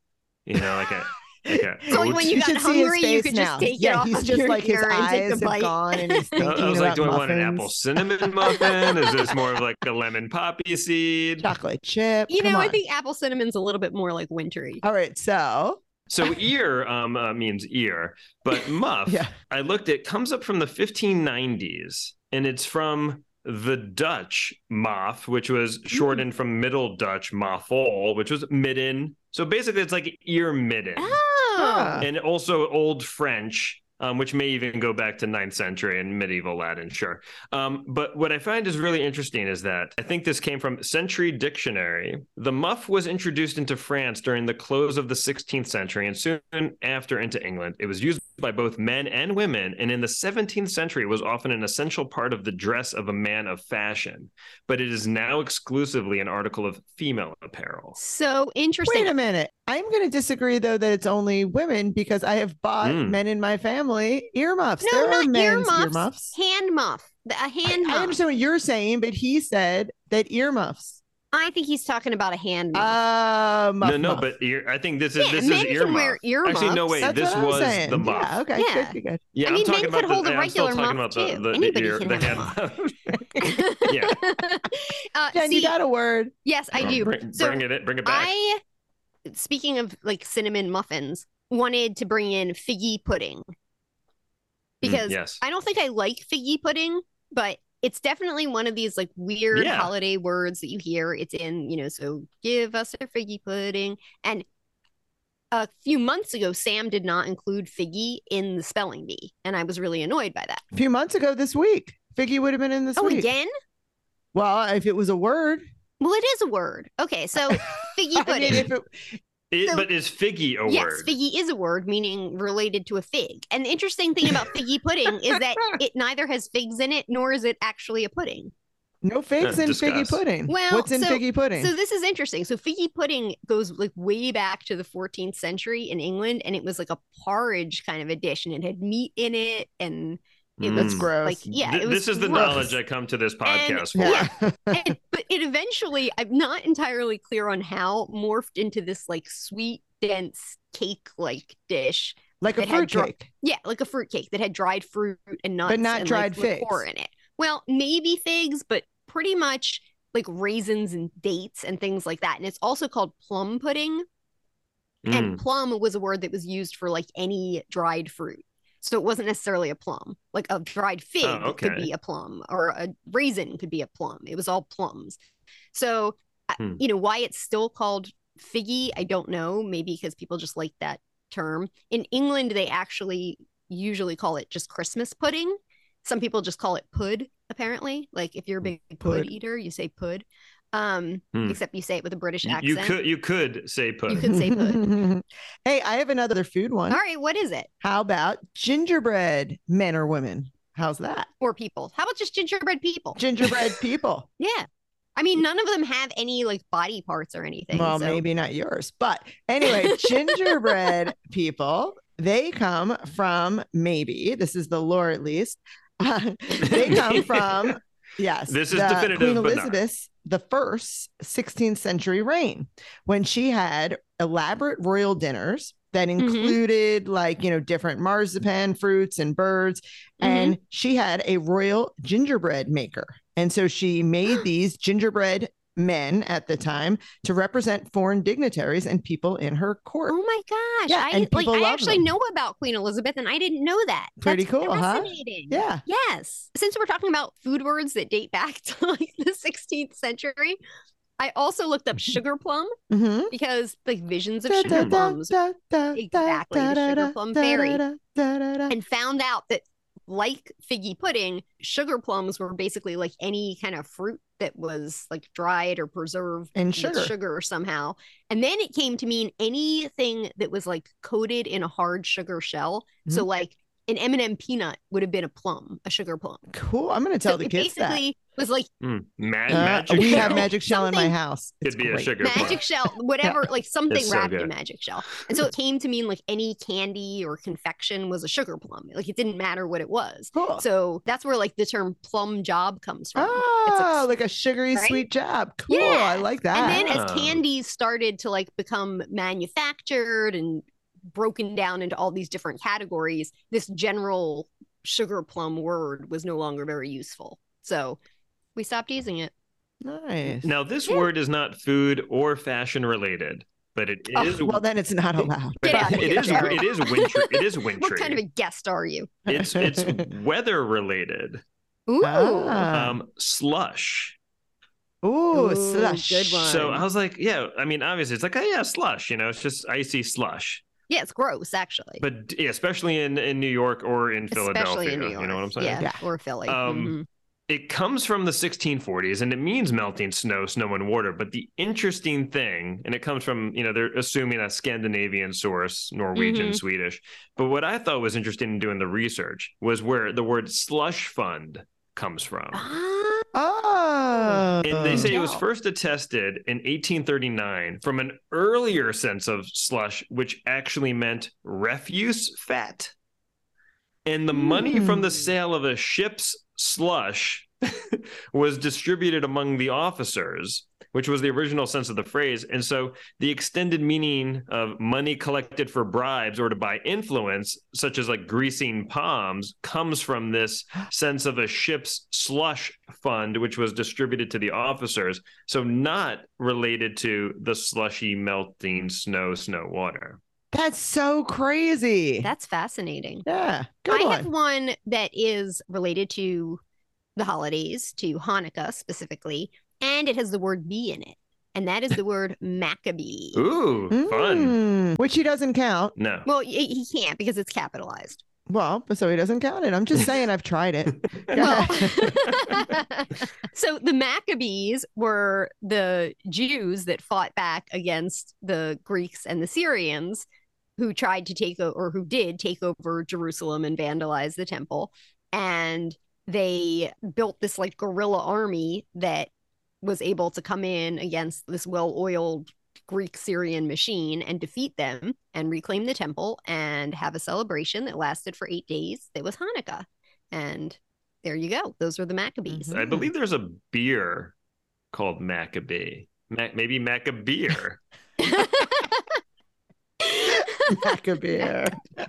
Speaker 3: You know, like a like a.
Speaker 2: So like
Speaker 3: oat-
Speaker 2: when you got
Speaker 1: should see his
Speaker 2: hungry, you
Speaker 1: face
Speaker 2: could just
Speaker 1: now.
Speaker 2: take it
Speaker 1: yeah,
Speaker 2: off
Speaker 1: he's
Speaker 2: of
Speaker 1: just
Speaker 2: your
Speaker 1: like
Speaker 2: ear
Speaker 1: his
Speaker 2: and take
Speaker 1: eyes
Speaker 2: the
Speaker 1: have
Speaker 2: bite.
Speaker 1: gone and he's
Speaker 3: I-
Speaker 1: thinking
Speaker 3: I was like,
Speaker 1: about
Speaker 3: do I
Speaker 1: muffins.
Speaker 3: want an apple cinnamon muffin? Is this more of like a lemon poppy seed?
Speaker 1: chocolate chip?
Speaker 2: You
Speaker 1: Come
Speaker 2: know, I
Speaker 1: on. Oh,
Speaker 2: think apple cinnamon's a little bit more like wintry.
Speaker 1: All right, so
Speaker 3: So ear um, uh, means ear, but muff.
Speaker 1: yeah,
Speaker 3: I looked it comes up from the 1590s and it's from the Dutch moff, which was shortened from Middle Dutch moffel, which was midden. So basically, it's like ear midden,
Speaker 2: Oh.
Speaker 3: and also Old French. Um, which may even go back to 9th century and medieval Latin, sure. Um, but what I find is really interesting is that I think this came from Century Dictionary. The muff was introduced into France during the close of the 16th century and soon after into England. It was used by both men and women, and in the 17th century was often an essential part of the dress of a man of fashion, but it is now exclusively an article of female apparel.
Speaker 2: So interesting.
Speaker 1: wait a minute. I'm going to disagree though that it's only women because I have bought
Speaker 3: Mm.
Speaker 1: men in my family earmuffs.
Speaker 2: No,
Speaker 1: there are
Speaker 2: not
Speaker 1: men's
Speaker 2: earmuffs.
Speaker 1: earmuffs.
Speaker 2: Hand muff. The- A hand
Speaker 1: I
Speaker 2: muff.
Speaker 1: understand what you're saying, but he said that earmuffs.
Speaker 2: I think he's talking about a hand muff.
Speaker 1: Uh, muff,
Speaker 3: no, no,
Speaker 1: muff.
Speaker 3: but ear, I think this is
Speaker 2: yeah,
Speaker 3: this
Speaker 2: men
Speaker 3: is
Speaker 2: can wear
Speaker 3: earmuff.
Speaker 2: earmuffs.
Speaker 3: Actually, no, wait.
Speaker 1: That's
Speaker 3: this
Speaker 1: what I'm
Speaker 3: was
Speaker 1: saying.
Speaker 3: the muff.
Speaker 1: Yeah, okay,
Speaker 2: Yeah.
Speaker 1: good, good, good.
Speaker 3: Yeah,
Speaker 2: I
Speaker 3: I'm
Speaker 2: mean,
Speaker 3: talking
Speaker 2: men
Speaker 3: about
Speaker 2: could
Speaker 3: the,
Speaker 2: hold a
Speaker 3: I'm still
Speaker 2: regular
Speaker 3: talking
Speaker 2: muff,
Speaker 3: about
Speaker 2: too.
Speaker 3: the, the, the
Speaker 2: Anybody
Speaker 3: ear,
Speaker 2: can
Speaker 3: the
Speaker 2: have a
Speaker 3: hand.
Speaker 2: muff.
Speaker 3: muff. Yeah.
Speaker 2: uh,
Speaker 1: Jen, you
Speaker 2: see,
Speaker 1: got a word.
Speaker 2: yes, I do.
Speaker 3: Bring,
Speaker 2: so
Speaker 3: bring it in, bring it back.
Speaker 2: I, speaking of like cinnamon muffins, wanted to bring in figgy pudding
Speaker 3: Mm,
Speaker 2: because
Speaker 3: yes,
Speaker 2: I don't think I like figgy pudding, but it's definitely one of these like weird
Speaker 3: Yeah.
Speaker 2: holiday words that you hear. It's in, you know, so give us a figgy pudding. And a few months ago, Sam did not include figgy in the spelling bee. And I was really annoyed by that.
Speaker 1: A few months ago this week, Figgy would have been in this
Speaker 2: oh,
Speaker 1: week.
Speaker 2: again?
Speaker 1: Well, if it was a word,
Speaker 2: Well, it is a word. Okay. So figgy
Speaker 1: I mean,
Speaker 2: pudding.
Speaker 1: if it,
Speaker 3: It-
Speaker 2: so-
Speaker 3: but is figgy a
Speaker 2: Yes,
Speaker 3: word?
Speaker 2: figgy is a word meaning related to a fig. And the interesting thing about figgy pudding is that it neither has figs in it nor is it actually a pudding.
Speaker 1: no figs
Speaker 3: Uh,
Speaker 1: in figgy
Speaker 3: discuss.
Speaker 1: pudding.
Speaker 2: Well,
Speaker 1: What's in
Speaker 2: so-
Speaker 1: figgy pudding?
Speaker 2: So this is interesting. So figgy pudding goes like way back to the 14th century in England, and it was like a porridge kind of a dish, and it had meat in it, and it was
Speaker 1: That's gross.
Speaker 2: like yeah,
Speaker 3: Mm. Th-
Speaker 2: it was
Speaker 3: this is the
Speaker 2: gross.
Speaker 3: knowledge I come to this podcast for.
Speaker 1: yeah.
Speaker 2: And- but it eventually, I'm not entirely clear on how morphed into this like sweet, dense cake-like dish.
Speaker 1: like a
Speaker 2: It had
Speaker 1: fruit
Speaker 2: dry-
Speaker 1: cake.
Speaker 2: Yeah, like a fruit cake that had dried fruit and nuts,
Speaker 1: not
Speaker 2: and,
Speaker 1: dried
Speaker 2: like, liqueur
Speaker 1: figs.
Speaker 2: in it. Well, maybe figs, but pretty much like raisins and dates and things like that. And it's also called plum pudding.
Speaker 3: Mm.
Speaker 2: And plum was a word that was used for like any dried fruit. So it wasn't necessarily a plum. Like a dried fig could
Speaker 3: Oh, okay.
Speaker 2: be a plum or a raisin could be a plum. It was all plums. So, I-
Speaker 3: Hmm.
Speaker 2: you know, why it's still called figgy, I don't know. Maybe because people just like that term. In England, they actually usually call it just Christmas pudding. Some people just call it pud, apparently. Like if you're a big pud,
Speaker 1: Pud.
Speaker 2: eater, you say pud. Um,
Speaker 3: Hmm.
Speaker 2: except you say it with a British
Speaker 3: You-
Speaker 2: accent.
Speaker 3: You could you could say pud.
Speaker 2: You could say
Speaker 1: put. hey, I have another food one.
Speaker 2: All right, what is it?
Speaker 1: How about gingerbread men or women? How's that?
Speaker 2: Or people. How about just gingerbread people?
Speaker 1: Gingerbread people.
Speaker 2: yeah. I mean, none of them have any like body parts or anything.
Speaker 1: Well,
Speaker 2: so-
Speaker 1: maybe not yours, but anyway, gingerbread people, they come from maybe this is the lore at least. Uh, they come from yes,
Speaker 3: This is
Speaker 1: the
Speaker 3: definitive,
Speaker 1: Queen
Speaker 3: but not.
Speaker 1: Elizabeth the first 16th century reign when she had elaborate royal dinners that
Speaker 2: Mm-hmm.
Speaker 1: included like you know different marzipan fruits and birds
Speaker 2: Mm-hmm.
Speaker 1: and she had a royal gingerbread maker. And so she made these gingerbread men at the time to represent foreign dignitaries and people in her court.
Speaker 2: Oh my gosh.
Speaker 1: Yeah,
Speaker 2: I
Speaker 1: and
Speaker 2: like
Speaker 1: people
Speaker 2: I
Speaker 1: love
Speaker 2: actually
Speaker 1: them.
Speaker 2: know about Queen Elizabeth and I didn't know that.
Speaker 1: Pretty
Speaker 2: That's
Speaker 1: cool, huh?
Speaker 2: fascinating.
Speaker 1: Yeah.
Speaker 2: Yes. Since we're talking about food words that date back to like the 16th century, I also looked up sugar plum
Speaker 1: Mm-hmm.
Speaker 2: because like visions of sugar plums Exactly, the sugar plum fairy. and found out that like figgy pudding, sugar plums were basically like any kind of fruit that was like dried or preserved
Speaker 1: And
Speaker 2: with
Speaker 1: sugar.
Speaker 2: sugar somehow. And then it came to mean anything that was like coated in a hard sugar shell. So
Speaker 1: Mm-hmm.
Speaker 2: like an M&M peanut would have been a plum, a sugar plum.
Speaker 1: Cool. I'm going to tell
Speaker 2: so
Speaker 1: the
Speaker 2: it
Speaker 1: kids that.
Speaker 2: basically was like
Speaker 3: Mm. Ma-
Speaker 1: Uh,
Speaker 3: magic
Speaker 1: we have
Speaker 3: shell.
Speaker 1: magic shell in my
Speaker 2: Something-
Speaker 1: house. It's
Speaker 3: Could be a
Speaker 1: great.
Speaker 3: sugar plum.
Speaker 2: magic shell, whatever, like something
Speaker 3: so
Speaker 2: wrapped in
Speaker 3: good.
Speaker 2: magic shell. And so it came to mean like any candy or confection was a sugar plum. Like it didn't matter what it was.
Speaker 1: Cool.
Speaker 2: So that's where like the term plum job comes from.
Speaker 1: oh, like a sugary
Speaker 2: right?
Speaker 1: sweet job. Cool. I
Speaker 2: Yeah.
Speaker 1: like that.
Speaker 2: and then as
Speaker 3: Ah.
Speaker 2: candies started to like become manufactured and broken down into all these different categories, this general sugar plum word was no longer very useful. So we stopped using it.
Speaker 1: nice.
Speaker 3: Now this
Speaker 2: Yeah.
Speaker 3: word is not food or fashion related, but it
Speaker 1: Oh,
Speaker 3: is
Speaker 1: well, then it's not allowed.
Speaker 3: but
Speaker 2: Get out of
Speaker 3: it
Speaker 2: here,
Speaker 3: is
Speaker 2: Jared.
Speaker 3: it is wintry. It is wintry.
Speaker 2: What kind of a guest are you?
Speaker 3: it's it's weather related.
Speaker 2: Ooh.
Speaker 1: Ah.
Speaker 3: Um slush.
Speaker 1: Ooh,
Speaker 2: Ooh,
Speaker 1: slush.
Speaker 2: good one.
Speaker 3: So I was like, yeah, I mean, obviously it's like, oh yeah, slush, you know, it's just icy slush.
Speaker 2: Yeah, it's gross actually.
Speaker 3: But yeah, especially in, in New York or in
Speaker 2: Especially
Speaker 3: Philadelphia.
Speaker 2: in New York.
Speaker 3: You know what I'm saying?
Speaker 2: Yeah,
Speaker 1: Yeah.
Speaker 2: or Philly.
Speaker 3: Um,
Speaker 2: Mhm.
Speaker 3: It comes from the 1640s and it means melting snow, snow and water. But the interesting thing, and it comes from, you know, they're assuming a Scandinavian source, Norwegian,
Speaker 2: Mhm.
Speaker 3: Swedish. But what I thought was interesting in doing the research was where the word slush fund comes from.
Speaker 2: Ah,
Speaker 1: Oh.
Speaker 3: And they say it was
Speaker 2: Wow.
Speaker 3: first attested in 1839 from an earlier sense of slush, which actually meant refuse fat. And the money from the
Speaker 1: Hmm.
Speaker 3: sale of a ship's slush was distributed among the officers, which was the original sense of the phrase. And so the extended meaning of money collected for bribes or to buy influence, such as like greasing palms, comes from this sense of a ship's slush fund, which was distributed to the officers. So not related to the slushy melting snow, snow water.
Speaker 1: That's so crazy.
Speaker 2: that's fascinating.
Speaker 1: yeah. Good
Speaker 2: I
Speaker 1: one.
Speaker 2: have one that is related to the holidays, to Hanukkah specifically, and it has the word bee in it. And that is the word Maccabee.
Speaker 3: Ooh, fun.
Speaker 1: Mm, Which he doesn't count.
Speaker 3: No.
Speaker 2: Well, y- he can't because it's capitalized.
Speaker 1: Well, but so he doesn't count it. I'm just saying I've tried it.
Speaker 2: Well, so the Maccabees were the Jews that fought back against the Greeks and the Syrians who tried to take o- or who did take over Jerusalem and vandalize the temple. And they built this like guerrilla army that was able to come in against this well oiled Greek Syrian machine and defeat them and reclaim the temple and have a celebration that lasted for eight days. That was Hanukkah. And there you go. Those were the Maccabees.
Speaker 1: Mhm.
Speaker 3: I believe there's a beer called Maccabee. Mac- maybe Maccabeer.
Speaker 1: Macabeer.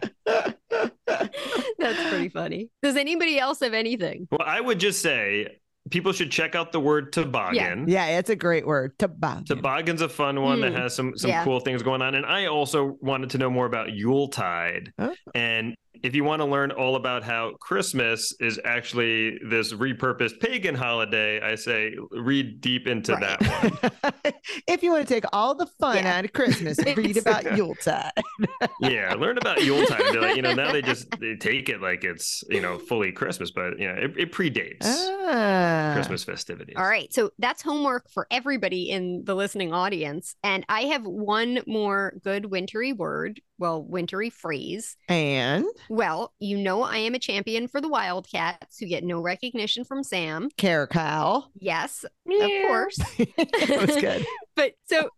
Speaker 2: That's pretty funny. Does anybody else have anything?
Speaker 3: Well, I would just say people should check out the word toboggan.
Speaker 1: Yeah, it's a great word. Toboggan.
Speaker 3: Toboggan's a fun one that
Speaker 2: Mm.
Speaker 3: has some some
Speaker 2: Yeah.
Speaker 3: cool things going on. And I also wanted to know more about Yuletide.
Speaker 1: Oh.
Speaker 3: And if you want to learn all about how Christmas is actually this repurposed pagan holiday, I say read deep into
Speaker 2: Right.
Speaker 3: that one.
Speaker 1: if you want to take all the fun
Speaker 2: Yeah.
Speaker 1: out of Christmas, read about Yuletide.
Speaker 3: yeah, learn about Yuletide. They're Like, you know, now they just they take it like it's, you know, fully Christmas, but you know, it, it predates
Speaker 1: Ah.
Speaker 3: Christmas festivities.
Speaker 2: Uh, All right. So that's homework for everybody in the listening audience. And I have one more good wintry word, well, wintry phrase.
Speaker 1: And
Speaker 2: Well, you know, I am a champion for the Wildcats who get no recognition from Sam.
Speaker 1: caracal.
Speaker 2: Yes,
Speaker 4: Yeah.
Speaker 2: of course.
Speaker 1: that was good.
Speaker 2: But so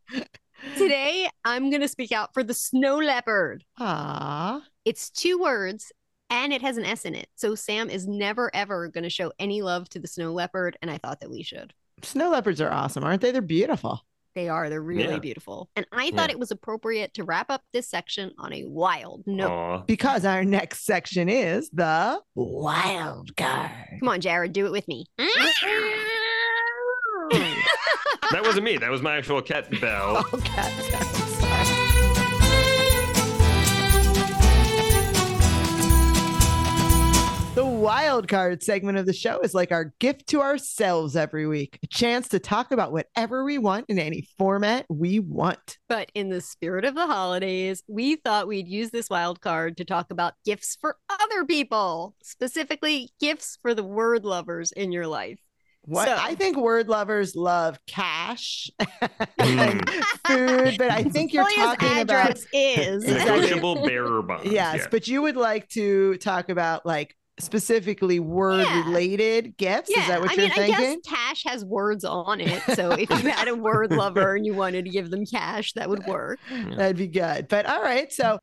Speaker 2: today I'm going to speak out for the snow leopard.
Speaker 1: Ah,
Speaker 2: It's two words and it has an S in it. So Sam is never, ever going to show any love to the snow leopard. And I thought that we should.
Speaker 1: snow leopards are awesome, aren't they? They're beautiful.
Speaker 2: They are. They're really
Speaker 3: Yeah.
Speaker 2: beautiful. And I thought it was appropriate to wrap up this section on a wild note.
Speaker 3: Aw.
Speaker 1: Because our next section is the wild
Speaker 3: Oh.
Speaker 1: card.
Speaker 2: Come on, Jared, do it with me.
Speaker 3: That wasn't me. That was my actual cat bell.
Speaker 1: Oh, God. The wild card segment of the show is like our gift to ourselves every week, a chance to talk about whatever we want in any format we want.
Speaker 2: but in the spirit of the holidays, we thought we'd use this wild card to talk about gifts for other people, specifically gifts for the word lovers in your life.
Speaker 1: What
Speaker 2: So-
Speaker 1: I think word lovers love cash and
Speaker 3: Mm.
Speaker 1: food, but I think you're
Speaker 2: Julia's
Speaker 1: talking about
Speaker 2: address is
Speaker 3: Negotiable bearer bonds.
Speaker 1: yes,
Speaker 3: Uh, yeah.
Speaker 1: but you would like to talk about like specifically word related gifts.
Speaker 2: Yeah,
Speaker 1: Is that what
Speaker 2: I
Speaker 1: you're
Speaker 2: mean,
Speaker 1: thinking?
Speaker 2: I guess cash has words on it. So if you had a word lover and you wanted to give them cash, that would work.
Speaker 3: Yeah.
Speaker 1: That'd be good. But all right. So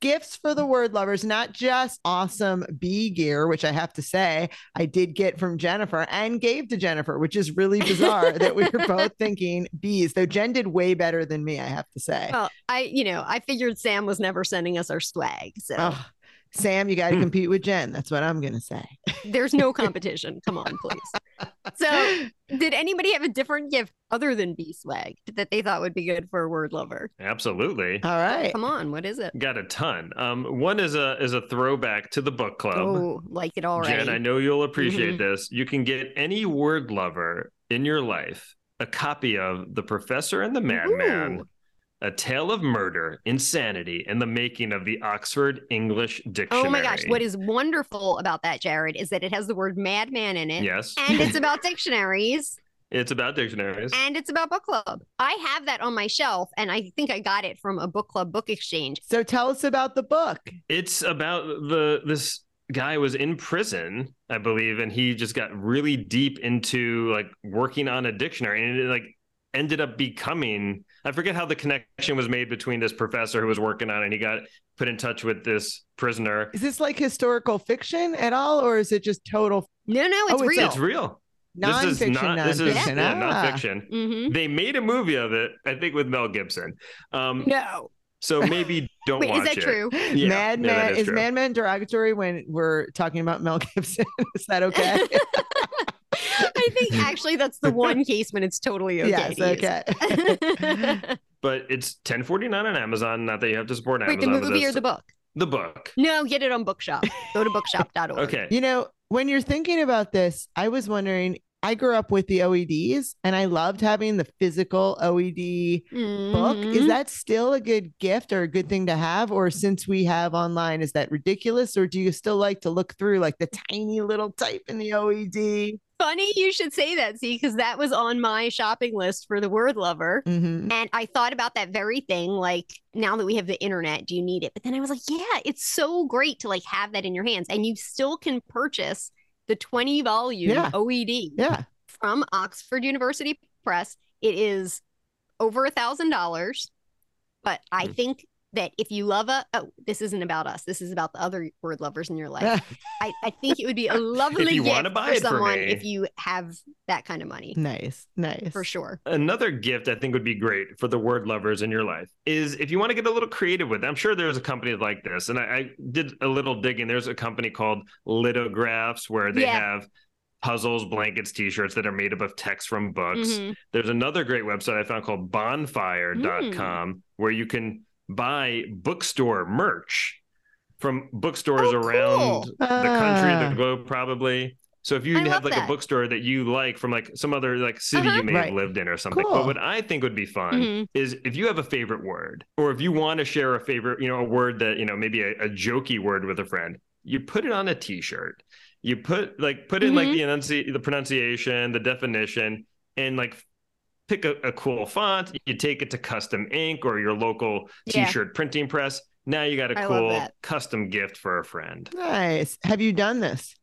Speaker 1: gifts for the word lovers, not just awesome bee gear, which I have to say I did get from Jennifer and gave to Jennifer, which is really bizarre that we were both thinking bees, though Jen did way better than me, I have to say.
Speaker 2: Well, I, you know, I figured Sam was never sending us our swag. So
Speaker 1: Ugh. Sam, you got to
Speaker 3: Hmm.
Speaker 1: compete with Jen. That's what I'm going to say.
Speaker 2: there's no competition. Come on, please. So, did anybody have a different gift other than bee swag that they thought would be good for a word lover?
Speaker 3: Absolutely.
Speaker 2: Uh,
Speaker 1: All right.
Speaker 2: Come on, what is it?
Speaker 3: Got a ton. Um, one is a is a throwback to the book club.
Speaker 2: oh, Mm-hmm. like it already.
Speaker 3: Jen, I know you'll appreciate this. You can get any word lover in your life a copy of The Professor and the Madman,
Speaker 2: Ooh.
Speaker 3: A Tale of Murder, Insanity, and the Making of the Oxford English Dictionary.
Speaker 2: Oh my gosh, what is wonderful about that, Jared, is that it has the word madman in it.
Speaker 3: Yes,
Speaker 2: And it's about dictionaries.
Speaker 3: it's about dictionaries.
Speaker 2: and it's about book club. I have that on my shelf, and I think I got it from a book club book exchange.
Speaker 1: So tell us about the book.
Speaker 3: It's about the this guy was in prison, I believe, and he just got really deep into like working on a dictionary, and it like ended up becoming I forget how the connection was made between this professor who was working on it, and he got put in touch with this prisoner.
Speaker 1: Is this like historical fiction at all, or is it just total
Speaker 2: No, no, it's
Speaker 1: Oh, it's-
Speaker 2: real.
Speaker 3: It's real.
Speaker 1: nonfiction?
Speaker 3: this is not.
Speaker 1: nonfiction.
Speaker 3: This is yeah,
Speaker 1: Ah.
Speaker 3: nonfiction.
Speaker 2: hmm
Speaker 3: They made a movie of it, I think, with Mel Gibson. Um,
Speaker 2: No,
Speaker 3: So maybe don't
Speaker 2: wait,
Speaker 3: watch
Speaker 2: is that
Speaker 3: it.
Speaker 2: true?
Speaker 3: Yeah,
Speaker 1: Mad
Speaker 3: no, that
Speaker 1: Man
Speaker 3: is
Speaker 1: is,
Speaker 3: true.
Speaker 1: Mad Men derogatory when we're talking about Mel Gibson? is that okay?
Speaker 2: I think actually that's the one case when it's totally okay.
Speaker 1: yes,
Speaker 2: to use.
Speaker 1: okay.
Speaker 3: But it's 1049 on Amazon. Not that you have to support
Speaker 2: Wait, the
Speaker 3: Amazon. but
Speaker 2: movie or
Speaker 3: that's
Speaker 2: the book?
Speaker 3: the book.
Speaker 2: No, get it on Bookshop. Go to bookshop.org.
Speaker 3: Okay.
Speaker 1: you know, when you're thinking about this, I was wondering. I grew up with the OEDs, and I loved having the physical OED book. Is
Speaker 2: Mhm.
Speaker 1: that still a good gift or a good thing to have? Or since we have online, is that ridiculous? Or do you still like to look through like the tiny little type in the E OED?
Speaker 2: funny? You should say that, see, because that was on my shopping list for the word lover.
Speaker 1: Mhm.
Speaker 2: And I thought about that very thing. Like, now that we have the internet, do you need it? But then I was like, yeah, it's so great to like have that in your hands. And you still can purchase the 20 volume E
Speaker 1: Yeah.
Speaker 2: OED
Speaker 1: Yeah.
Speaker 2: from Oxford University Press. It is over a thousand dollars, but I
Speaker 3: Hmm.
Speaker 2: think that if you love a oh, this isn't about us. This is about the other word lovers in your life. I, I think it would be a lovely
Speaker 3: you
Speaker 2: gift
Speaker 3: wanna buy
Speaker 2: for
Speaker 3: it for
Speaker 2: someone
Speaker 3: me.
Speaker 2: if you have that kind of money.
Speaker 1: nice, nice.
Speaker 2: For sure.
Speaker 3: Another gift I think would be great for the word lovers in your life is if you want to get a little creative with it. I'm sure there's a company like this. And I, I did a little digging. There's a company called Litographs where they
Speaker 2: Yeah.
Speaker 3: have puzzles, blankets, t shirts that are made up of text from books.
Speaker 2: Mhm.
Speaker 3: There's another great website I found called bonfire.com
Speaker 2: Mm.
Speaker 3: where you can buy bookstore merch from bookstores
Speaker 2: Oh,
Speaker 3: around
Speaker 2: cool.
Speaker 3: the country,
Speaker 1: Ah.
Speaker 3: the globe, probably. So if you
Speaker 2: I love
Speaker 3: have like
Speaker 2: that.
Speaker 3: a bookstore that you like from like some other like city
Speaker 2: Uh-huh.
Speaker 3: you may
Speaker 1: Right.
Speaker 3: have lived in or something.
Speaker 1: Cool.
Speaker 3: But what I think would be fun
Speaker 2: Mhm.
Speaker 3: is if you have a favorite word or if you want to share a favorite, you know, a word that, you know, maybe a, a jokey word with a friend, you put it on a t-shirt. You put like put in like
Speaker 2: Mhm.
Speaker 3: the enunci- the pronunciation, the definition, and like pick a, a cool font. You take it to custom ink or your local
Speaker 2: Yeah.
Speaker 3: t-shirt printing press. Now you got a
Speaker 2: I love
Speaker 3: cool
Speaker 2: that.
Speaker 3: custom gift for a friend.
Speaker 1: Ah, Nice. Have you done this?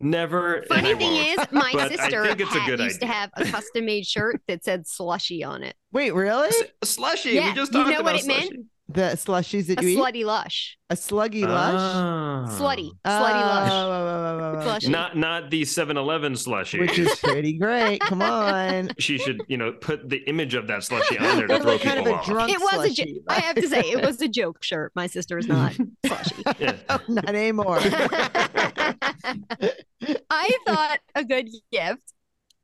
Speaker 3: Never. and I
Speaker 2: Funny thing
Speaker 3: won't.
Speaker 2: is, my
Speaker 3: But I
Speaker 2: sister
Speaker 3: think it's a
Speaker 2: had-
Speaker 3: good
Speaker 2: used to
Speaker 3: idea.
Speaker 2: have a custom made shirt that said slushy on it.
Speaker 1: Wait, really?
Speaker 3: S- slushy.
Speaker 2: Yeah,
Speaker 3: We just
Speaker 2: you
Speaker 3: talked
Speaker 2: know
Speaker 3: about
Speaker 2: what it meant?
Speaker 3: slushy.
Speaker 1: The slushies that
Speaker 2: A
Speaker 1: you eat?
Speaker 2: slutty lush.
Speaker 1: A
Speaker 3: Ah.
Speaker 1: sluggy lush?
Speaker 2: Slutty. Slutty
Speaker 1: Oh,
Speaker 2: lush.
Speaker 1: oh, oh, oh, oh, oh.
Speaker 2: Slushy.
Speaker 3: Not not the 7-Eleven slushy.
Speaker 1: Which is pretty great. Come on.
Speaker 3: she should, you know, put the image of that slushy on there
Speaker 1: Or
Speaker 3: to throw
Speaker 1: like kind of
Speaker 3: people
Speaker 1: a
Speaker 3: off.
Speaker 1: drunk
Speaker 2: It was a jo-
Speaker 1: slushie.
Speaker 2: I have to say, it was a joke shirt. My sister is not slushy.
Speaker 3: Yeah.
Speaker 1: Not anymore.
Speaker 2: I thought a good gift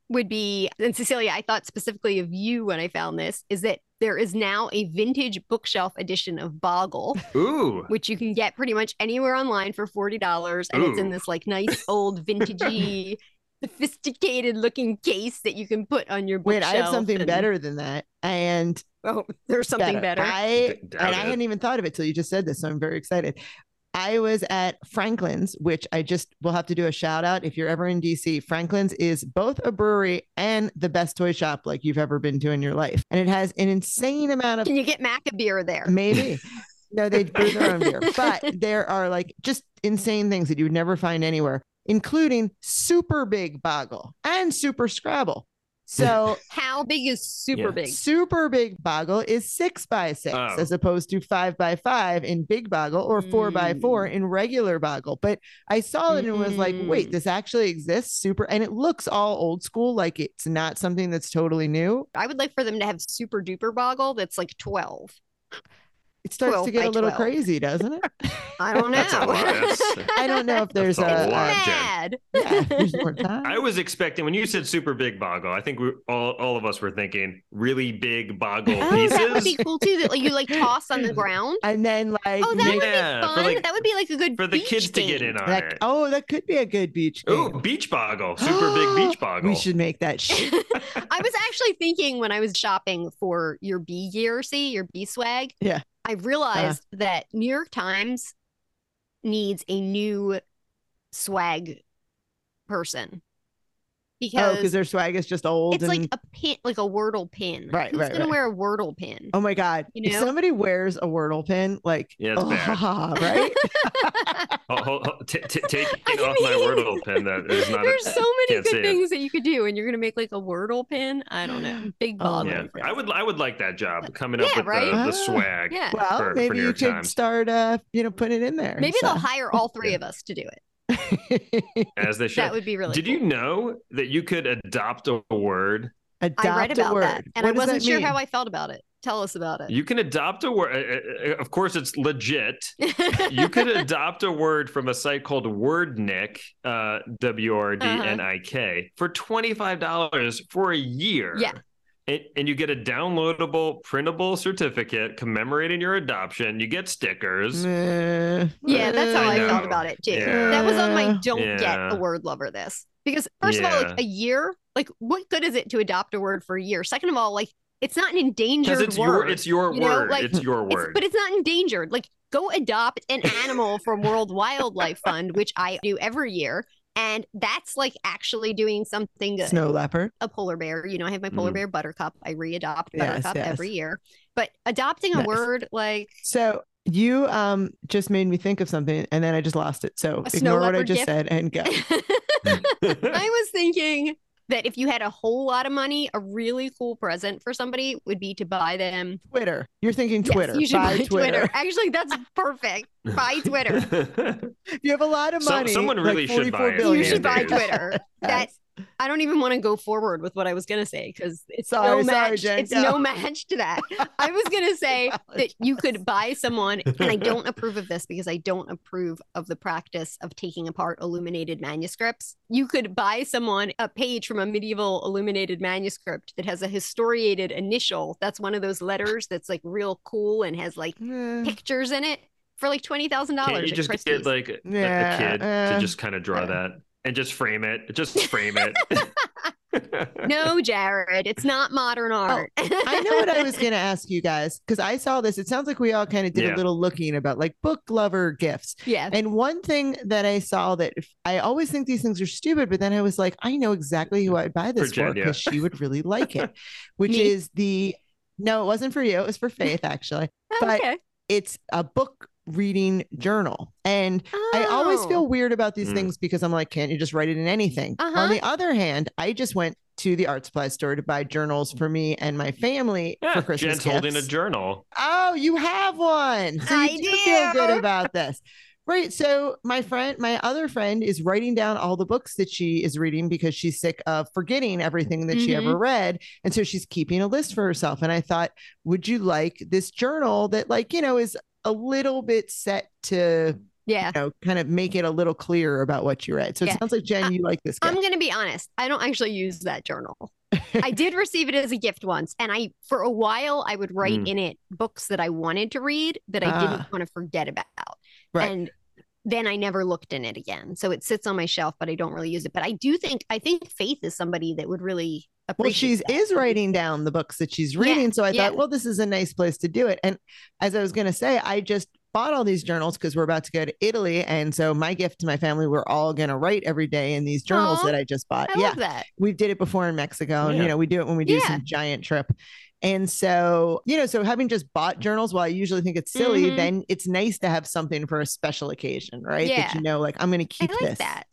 Speaker 2: would be, and Cecilia, I thought specifically of you when I found this, is that there is now a vintage bookshelf edition of Boggle,
Speaker 3: Ooh.
Speaker 2: which you can get pretty much anywhere online for $40. And it's in
Speaker 3: Ooh.
Speaker 2: this like nice old vintagey, sophisticated looking case that you can put on your
Speaker 1: Wait,
Speaker 2: bookshelf.
Speaker 1: I have something
Speaker 2: and-
Speaker 1: better than that. And
Speaker 2: Oh, there's something better.
Speaker 1: I
Speaker 3: D- doubt
Speaker 1: and I
Speaker 3: it.
Speaker 1: hadn't even thought of it till you just said this, so I'm very excited. I was at Franklin's, which I just will have to do a shout out if you're ever in DC. Franklin's is both a brewery and the best toy shop like you've ever been to in your life, and it has an insane amount of
Speaker 2: Can you get Mac a beer there?
Speaker 1: Maybe. No, they brew their own beer. But there are like just insane things that you would never find anywhere, including super big boggle and super scrabble. So
Speaker 2: How big is super
Speaker 3: Yeah.
Speaker 2: big?
Speaker 1: super big boggle is six by six
Speaker 3: Oh.
Speaker 1: as opposed to five by five in big boggle or four by four in regular boggle. But I saw it and was like, wait,
Speaker 2: Mm.
Speaker 1: this actually exists super and it looks all old school, like it's not something that's totally new.
Speaker 2: I would like for them to have super duper boggle that's like 12.
Speaker 1: It starts
Speaker 2: 12
Speaker 1: to get
Speaker 2: by
Speaker 1: a little
Speaker 2: 12.
Speaker 1: crazy, doesn't it?
Speaker 2: I don't know.
Speaker 3: That's a lot. That's-
Speaker 1: I don't know if there's
Speaker 3: a
Speaker 1: a,
Speaker 2: It's
Speaker 3: lot. Jen.
Speaker 2: mad.
Speaker 1: yeah, there's more time.
Speaker 3: I was expecting when you said super big boggle, I think we all all of us were thinking really big boggle
Speaker 1: Oh,
Speaker 3: pieces.
Speaker 2: that would be cool too. That like, you like toss on the ground.
Speaker 1: and then like
Speaker 2: Oh, that would be
Speaker 3: Yeah, for,
Speaker 2: fun.
Speaker 3: like-
Speaker 2: that would be like a good
Speaker 3: for the
Speaker 2: beach
Speaker 3: kids to get
Speaker 2: game.
Speaker 3: in on
Speaker 1: that,
Speaker 3: it.
Speaker 1: oh that could be a good beach game.
Speaker 3: Ooh, beach boggle. Super big beach boggle.
Speaker 1: we should make that sh- oh,
Speaker 2: I was actually thinking when I was shopping for your B gear, see your B swag.
Speaker 1: Yeah. Uh-huh.
Speaker 2: I realized that New York Times needs a new swag person
Speaker 1: oh
Speaker 2: because
Speaker 1: because their swag is just old
Speaker 2: it's
Speaker 1: and
Speaker 2: like a pin, like a Wordle pin.
Speaker 1: Right,
Speaker 2: Who's
Speaker 1: right,
Speaker 2: gonna
Speaker 1: right.
Speaker 2: wear a Wordle pin?
Speaker 1: oh my god
Speaker 2: you
Speaker 1: if
Speaker 2: know?
Speaker 1: somebody wears a wordle pin like
Speaker 3: Yeah, it's
Speaker 1: oh,
Speaker 3: bad.
Speaker 1: right
Speaker 3: Hold- hold- hold- t- t- taking
Speaker 2: I
Speaker 3: off my
Speaker 2: mean,
Speaker 3: wordle pen that is not
Speaker 2: There's
Speaker 3: a,
Speaker 2: so many
Speaker 3: can't say
Speaker 2: good
Speaker 3: it.
Speaker 2: things that you could do, and you're gonna make like a Wordle pin. I don't know, big
Speaker 1: Oh,
Speaker 2: ball.
Speaker 3: yeah.
Speaker 1: man.
Speaker 3: I would I would like that job coming
Speaker 2: Yeah,
Speaker 3: up with
Speaker 2: right? Oh,
Speaker 3: the,
Speaker 1: Ah.
Speaker 3: the swag.
Speaker 2: Yeah.
Speaker 1: well
Speaker 3: For- for
Speaker 1: maybe
Speaker 3: New
Speaker 1: you
Speaker 3: York
Speaker 1: could
Speaker 3: Times.
Speaker 1: start uh you know put it in there
Speaker 2: Maybe they'll
Speaker 1: and
Speaker 2: hire all three of us to do it.
Speaker 1: stuff.
Speaker 3: As they should.
Speaker 2: That would be really.
Speaker 3: Did
Speaker 2: cool.
Speaker 3: you know that you could adopt a word?
Speaker 1: adopt
Speaker 2: I read about
Speaker 1: a word
Speaker 2: that, and I
Speaker 1: What does
Speaker 2: wasn't
Speaker 1: that
Speaker 2: sure
Speaker 1: mean?
Speaker 2: how I felt about it. Tell us about it.
Speaker 3: You can adopt a word. uh, uh, uh, Of course, it's legit. You could adopt a word from a site called WordNick,
Speaker 2: Uh-huh.
Speaker 3: uh, W R D N I K, for $25 for a year.
Speaker 2: Yeah.
Speaker 3: And, and you get a downloadable, printable certificate commemorating your adoption. You get stickers.
Speaker 1: Meh.
Speaker 2: yeah, that's how
Speaker 3: I
Speaker 2: I, felt
Speaker 3: know.
Speaker 2: about it too.
Speaker 3: Yeah.
Speaker 2: That was on my don't get
Speaker 3: Yeah.
Speaker 2: a word lover this because first of all, like
Speaker 3: Yeah.
Speaker 2: a year, like what good is it to adopt a word for a year? Second of all, like it's not an endangered
Speaker 3: Because it's
Speaker 2: word.
Speaker 3: your, it's your
Speaker 2: You know,
Speaker 3: word.
Speaker 2: like,
Speaker 3: it's your
Speaker 2: It's-
Speaker 3: word.
Speaker 2: but it's not endangered. Like, go adopt an animal from World Wildlife Fund, which I do every year. And that's like actually doing something good.
Speaker 1: snow leopard
Speaker 2: A polar bear, you know, I have my polar
Speaker 3: Mm.
Speaker 2: bear buttercup. I readopt
Speaker 1: Yes,
Speaker 2: buttercup
Speaker 1: yes.
Speaker 2: every year. But adopting a
Speaker 1: Nice.
Speaker 2: word like
Speaker 1: so you um just made me think of something and then I just lost it. So
Speaker 2: A snow
Speaker 1: ignore what I
Speaker 2: leopard
Speaker 1: just
Speaker 2: gift?
Speaker 1: said and go.
Speaker 2: I was thinking that if you had a whole lot of money, a really cool present for somebody would be to buy them.
Speaker 1: Twitter. You're thinking
Speaker 2: Yes,
Speaker 1: Twitter.
Speaker 2: you should
Speaker 1: Buy Twitter.
Speaker 2: Actually, that's perfect. buy Twitter.
Speaker 1: If you have a lot of
Speaker 3: So-
Speaker 1: money.
Speaker 3: someone
Speaker 1: like
Speaker 3: really should
Speaker 1: 44
Speaker 3: buy it.
Speaker 1: billion.
Speaker 2: You should buy
Speaker 3: Billion days.
Speaker 2: Twitter. That I don't even want to go forward with what I was gonna say because it's
Speaker 1: Sorry,
Speaker 2: no
Speaker 1: sorry,
Speaker 2: match.
Speaker 1: Jen,
Speaker 2: it's
Speaker 1: go.
Speaker 2: no match to that. I was gonna say that you could buy someone, and I don't approve of this because I don't approve of the practice of taking apart illuminated manuscripts. You could buy someone a page from a medieval illuminated manuscript that has a historiated initial. That's one of those letters that's like real cool and has like
Speaker 1: Eh,
Speaker 2: pictures in it for like twenty thousand
Speaker 3: Can't
Speaker 2: dollars.
Speaker 3: you just get like a, a
Speaker 1: Yeah,
Speaker 3: kid to
Speaker 1: uh,
Speaker 3: just kind of draw
Speaker 1: uh.
Speaker 3: that and just frame it? Just frame it.
Speaker 2: no, Jared, it's not modern art.
Speaker 1: Oh, I know what I was going to ask you guys because I saw this. It sounds like we all kind of did
Speaker 3: Yeah.
Speaker 1: a little looking about like book lover gifts.
Speaker 2: Yeah.
Speaker 1: And one thing that I saw that if- I always think these things are stupid, but then I was like, I know exactly who I'd buy this
Speaker 3: For
Speaker 1: for
Speaker 3: Jen, yeah.
Speaker 1: because she would really like it, which
Speaker 2: Me?
Speaker 1: is the no, it wasn't for you. It was for Faith, actually. But
Speaker 2: okay.
Speaker 1: It's a book reading journal. And I always
Speaker 2: Oh.
Speaker 1: feel weird about these
Speaker 3: Mm.
Speaker 1: things because I'm like, can't you just write it in anything?
Speaker 2: Uh-huh.
Speaker 1: On the other hand, I just went to the art supply store to buy journals for me and my family
Speaker 3: yeah,
Speaker 1: for Christmas.
Speaker 3: Jen's holding a
Speaker 1: gifts.
Speaker 3: journal.
Speaker 1: Oh, you have one. So you
Speaker 2: I
Speaker 1: do, feel
Speaker 2: do.
Speaker 1: good about this. Right. So my friend, my other friend is writing down all the books that she is reading because she's sick of forgetting everything that she
Speaker 2: Mm-hmm.
Speaker 1: ever read. And so she's keeping a list for herself. And I thought, would you like this journal that like, you know, is a little bit set to,
Speaker 2: Yeah.
Speaker 1: you know, kind of make it a little clearer about what you read. So
Speaker 2: Yeah.
Speaker 1: it sounds like Jen, you like this
Speaker 2: I'm
Speaker 1: gift.
Speaker 2: going to be honest. I don't actually use that journal. I did receive it as a gift once. And I, for a while, I would write
Speaker 3: Mm.
Speaker 2: in it books that I wanted to read that I
Speaker 1: Ah.
Speaker 2: didn't want to forget about.
Speaker 1: Right.
Speaker 2: And then I never looked in it again. So it sits on my shelf, but I don't really use it. But I do think, I think Faith is somebody that would really appreciate
Speaker 1: Well, she's
Speaker 2: that.
Speaker 1: is writing down the books that she's
Speaker 2: Yeah,
Speaker 1: reading. so I
Speaker 2: yeah.
Speaker 1: thought, well, this is a nice place to do it. And as I was going to say, I just bought all these journals because we're about to go to Italy. And so my gift to my family, we're all going to write every day in these journals
Speaker 2: Aw,
Speaker 1: that I just bought.
Speaker 2: I
Speaker 1: Uh, yeah.
Speaker 2: love that.
Speaker 1: We did it before in Mexico. And,
Speaker 3: Yeah.
Speaker 1: you know, we do it when we do
Speaker 2: Yeah.
Speaker 1: some giant trip. And so, you know, so having just bought journals, while I usually think it's silly,
Speaker 2: Mhm.
Speaker 1: then it's nice to have something for a special occasion, right? That you know, like I'm going to
Speaker 2: I
Speaker 1: keep
Speaker 2: like
Speaker 1: this.
Speaker 2: that.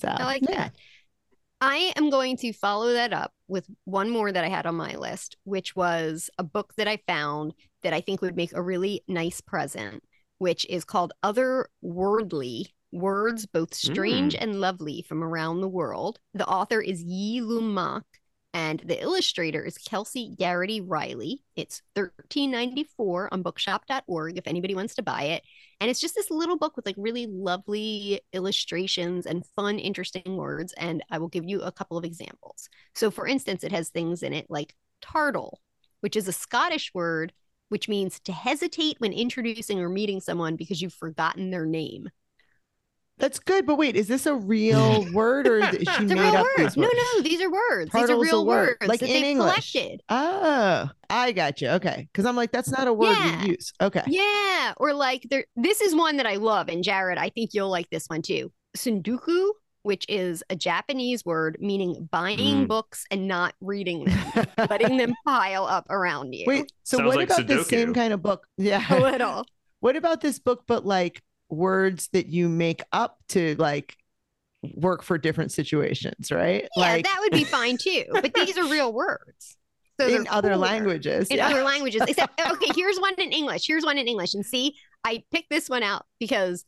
Speaker 1: So
Speaker 2: I like
Speaker 1: yeah.
Speaker 2: that. I am going to follow that up with one more that I had on my list, which was a book that I found that I think would make a really nice present, which is called Otherworldly Words Both Strange and Lovely from Around the World. The author is Yi Lum Mak, and the illustrator is Kelsey Garrity Riley. It's $13.94 on bookshop.org if anybody wants to buy it. And it's just this little book with like really lovely illustrations and fun, interesting words. And I will give you a couple of examples. So, for instance, it has things in it like tartle, which is a Scottish word which means to hesitate when introducing or meeting someone because you've forgotten their name.
Speaker 1: That's good, but wait, is this a real word or is it, she
Speaker 3: It's
Speaker 2: It's a
Speaker 1: made
Speaker 2: real
Speaker 1: up
Speaker 2: word.
Speaker 1: these
Speaker 2: No,
Speaker 1: words?
Speaker 2: no, these are words. these are
Speaker 1: Tartle's a
Speaker 2: real
Speaker 1: word,
Speaker 2: words
Speaker 1: like
Speaker 2: that
Speaker 1: in
Speaker 2: they've
Speaker 1: English.
Speaker 2: collected.
Speaker 1: Oh, I got you. Okay, because I'm like, that's not a word
Speaker 2: Yeah.
Speaker 1: we use. Okay,
Speaker 2: Yeah. Or like there this is one that I love. And Jared, I think you'll like this one too. Sunduku, which is a Japanese word meaning buying
Speaker 3: Mm.
Speaker 2: books and not reading them, letting them pile up around you. Oh,
Speaker 1: wait. So
Speaker 3: Sounds
Speaker 1: what
Speaker 3: like
Speaker 1: about this same
Speaker 3: Sudoku.
Speaker 1: kind of book?
Speaker 2: A
Speaker 1: Yeah.
Speaker 2: little.
Speaker 1: what about this book, but like words that you make up to like work for different situations, right?
Speaker 2: Yeah,
Speaker 1: like
Speaker 2: that would be fine too. But these are real words. So they're
Speaker 1: in other
Speaker 2: cooler.
Speaker 1: languages.
Speaker 2: in
Speaker 1: yeah.
Speaker 2: other languages. Except, okay, here's one in English. Here's one in English. And see, I picked this one out because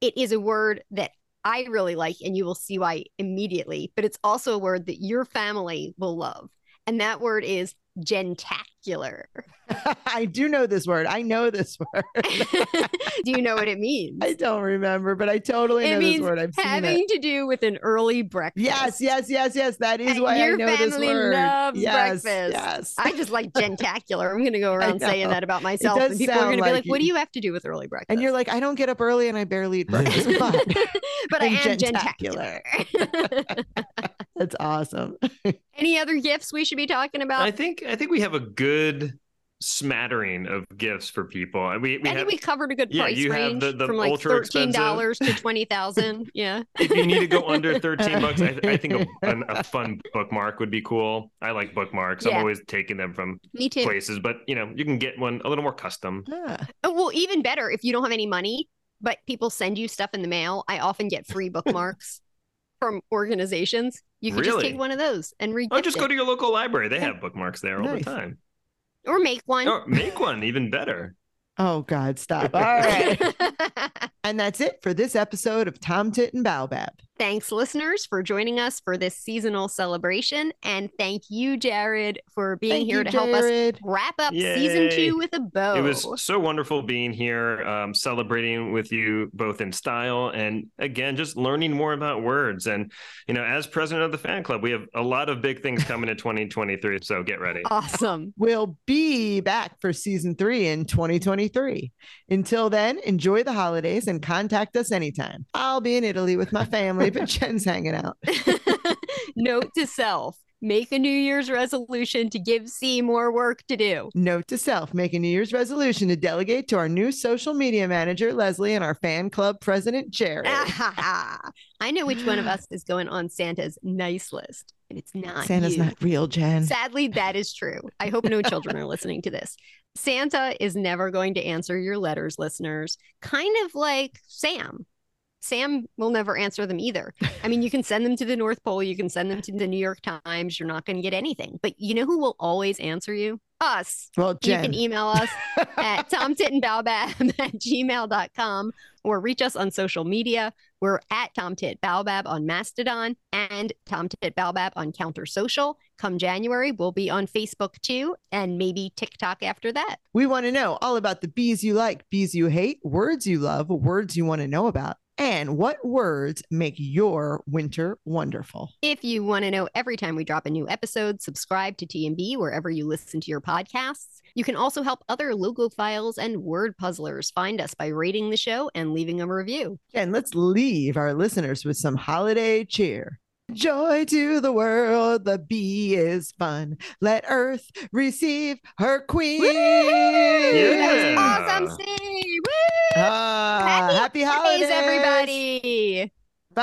Speaker 2: it is a word that I really like, and you will see why immediately. But it's also a word that your family will love. And that word is gentacular.
Speaker 1: I do know this word. I know this word.
Speaker 2: Do you know what it means?
Speaker 1: I don't remember, but I totally
Speaker 2: It
Speaker 1: know this
Speaker 2: means
Speaker 1: word. I've seen it.
Speaker 2: Having to do with an early breakfast.
Speaker 1: Yes, yes, yes, yes. That is
Speaker 2: And
Speaker 1: why I
Speaker 2: your
Speaker 1: know this
Speaker 2: family
Speaker 1: word.
Speaker 2: loves
Speaker 1: yes,
Speaker 2: breakfast.
Speaker 1: yes.
Speaker 2: I just like gentacular. I'm going to go around saying
Speaker 1: know.
Speaker 2: that about myself.
Speaker 1: does
Speaker 2: And people are
Speaker 1: sound
Speaker 2: going to be
Speaker 1: like
Speaker 2: like, what do
Speaker 1: you-
Speaker 2: you have to do with early breakfast?
Speaker 1: and you're like, I don't get up early and I barely eat breakfast. but
Speaker 2: but I
Speaker 1: I'm
Speaker 2: am
Speaker 1: gentacular.
Speaker 2: gentacular.
Speaker 1: that's awesome.
Speaker 2: Any other gifts we should be talking about?
Speaker 3: I think I think we have a good smattering of gifts for people. And We we
Speaker 2: I
Speaker 3: have
Speaker 2: think we covered a good
Speaker 3: Yeah,
Speaker 2: price
Speaker 3: you have
Speaker 2: range
Speaker 3: the- the
Speaker 2: from like
Speaker 3: ultra
Speaker 2: thirteen
Speaker 3: expensive-
Speaker 2: dollars to twenty thousand. Yeah,
Speaker 3: if you need to go under 13 bucks I, I think a, an, a fun bookmark would be cool i like bookmarks
Speaker 2: Yeah.
Speaker 3: i'm always taking them from
Speaker 2: me too.
Speaker 3: places but you know you can get one a little more custom
Speaker 1: Yeah.
Speaker 2: Oh, well, even better if you don't have any money, but people send you stuff in the mail. I often get free bookmarks. from organizations. You can just take
Speaker 3: Really?
Speaker 2: one of those and read
Speaker 3: Oh, just go to your local library. They have bookmarks there all
Speaker 1: Nice.
Speaker 3: the time.
Speaker 2: or make one.
Speaker 3: Or make one even better.
Speaker 1: Oh God, stop. All right. and that's it for this episode of Tom Tit and Baobab.
Speaker 2: Thanks, listeners, for joining us for this seasonal celebration. And thank you, Jared, for being
Speaker 1: Thank
Speaker 2: here
Speaker 1: you,
Speaker 2: to help us
Speaker 1: Jared.
Speaker 2: wrap up season
Speaker 3: Yay.
Speaker 2: two with a bow.
Speaker 3: It was so wonderful being here, um, celebrating with you both in style and again, just learning more about words. And, you know, as president of the fan club, we have a lot of big things coming in 2023. So get ready.
Speaker 2: Oh. awesome.
Speaker 1: We'll be back for season three in 2023. Until then, enjoy the holidays and contact us anytime. I'll be in Italy with my family, but Jen's hanging out.
Speaker 2: Note to self make a New Year's resolution to give C more work to do.
Speaker 1: Note to self make a New Year's resolution to delegate to our new social media manager, Leslie, and our fan club president, Jared.
Speaker 2: Ah, I know which one of us is going on Santa's nice list, and it's not
Speaker 1: Santa's
Speaker 2: you.
Speaker 1: not real, Jen.
Speaker 2: Sadly, that is true. I hope no children are listening to this. Santa is never going to answer your letters, listeners, kind of like Sam. Sam will never answer them either. I mean, you can send them to the North Pole, you can send them to the New York Times, you're not going to get anything. But you know who will always answer you? Us.
Speaker 1: well,
Speaker 2: You
Speaker 1: Jen.
Speaker 2: can email us at tomtitandbaobab at gmail.com or reach us on social media. We're at tomtitbaobab on Mastodon and tomtitbaobab on Counter Social. Come January, we'll be on Facebook too and maybe TikTok after that.
Speaker 1: We want to know all about the bees you like, bees you hate, words you love, words you want to know about, and what words make your winter wonderful.
Speaker 2: If you want to know every time we drop a new episode, subscribe to TMB wherever you listen to your podcasts. You can also help other logophiles and word puzzlers find us by rating the show and leaving a review.
Speaker 1: And let's leave our listeners with some holiday cheer. Joy to the world, the bee is fun. Let earth receive her queen.
Speaker 3: Yeah.
Speaker 2: That was awesome, Steve. Woo!
Speaker 1: Ah, happy, holidays,
Speaker 2: Thanks, everybody.
Speaker 1: Bye.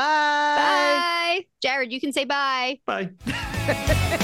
Speaker 2: Bye. Jared, you can say bye.
Speaker 3: Bye.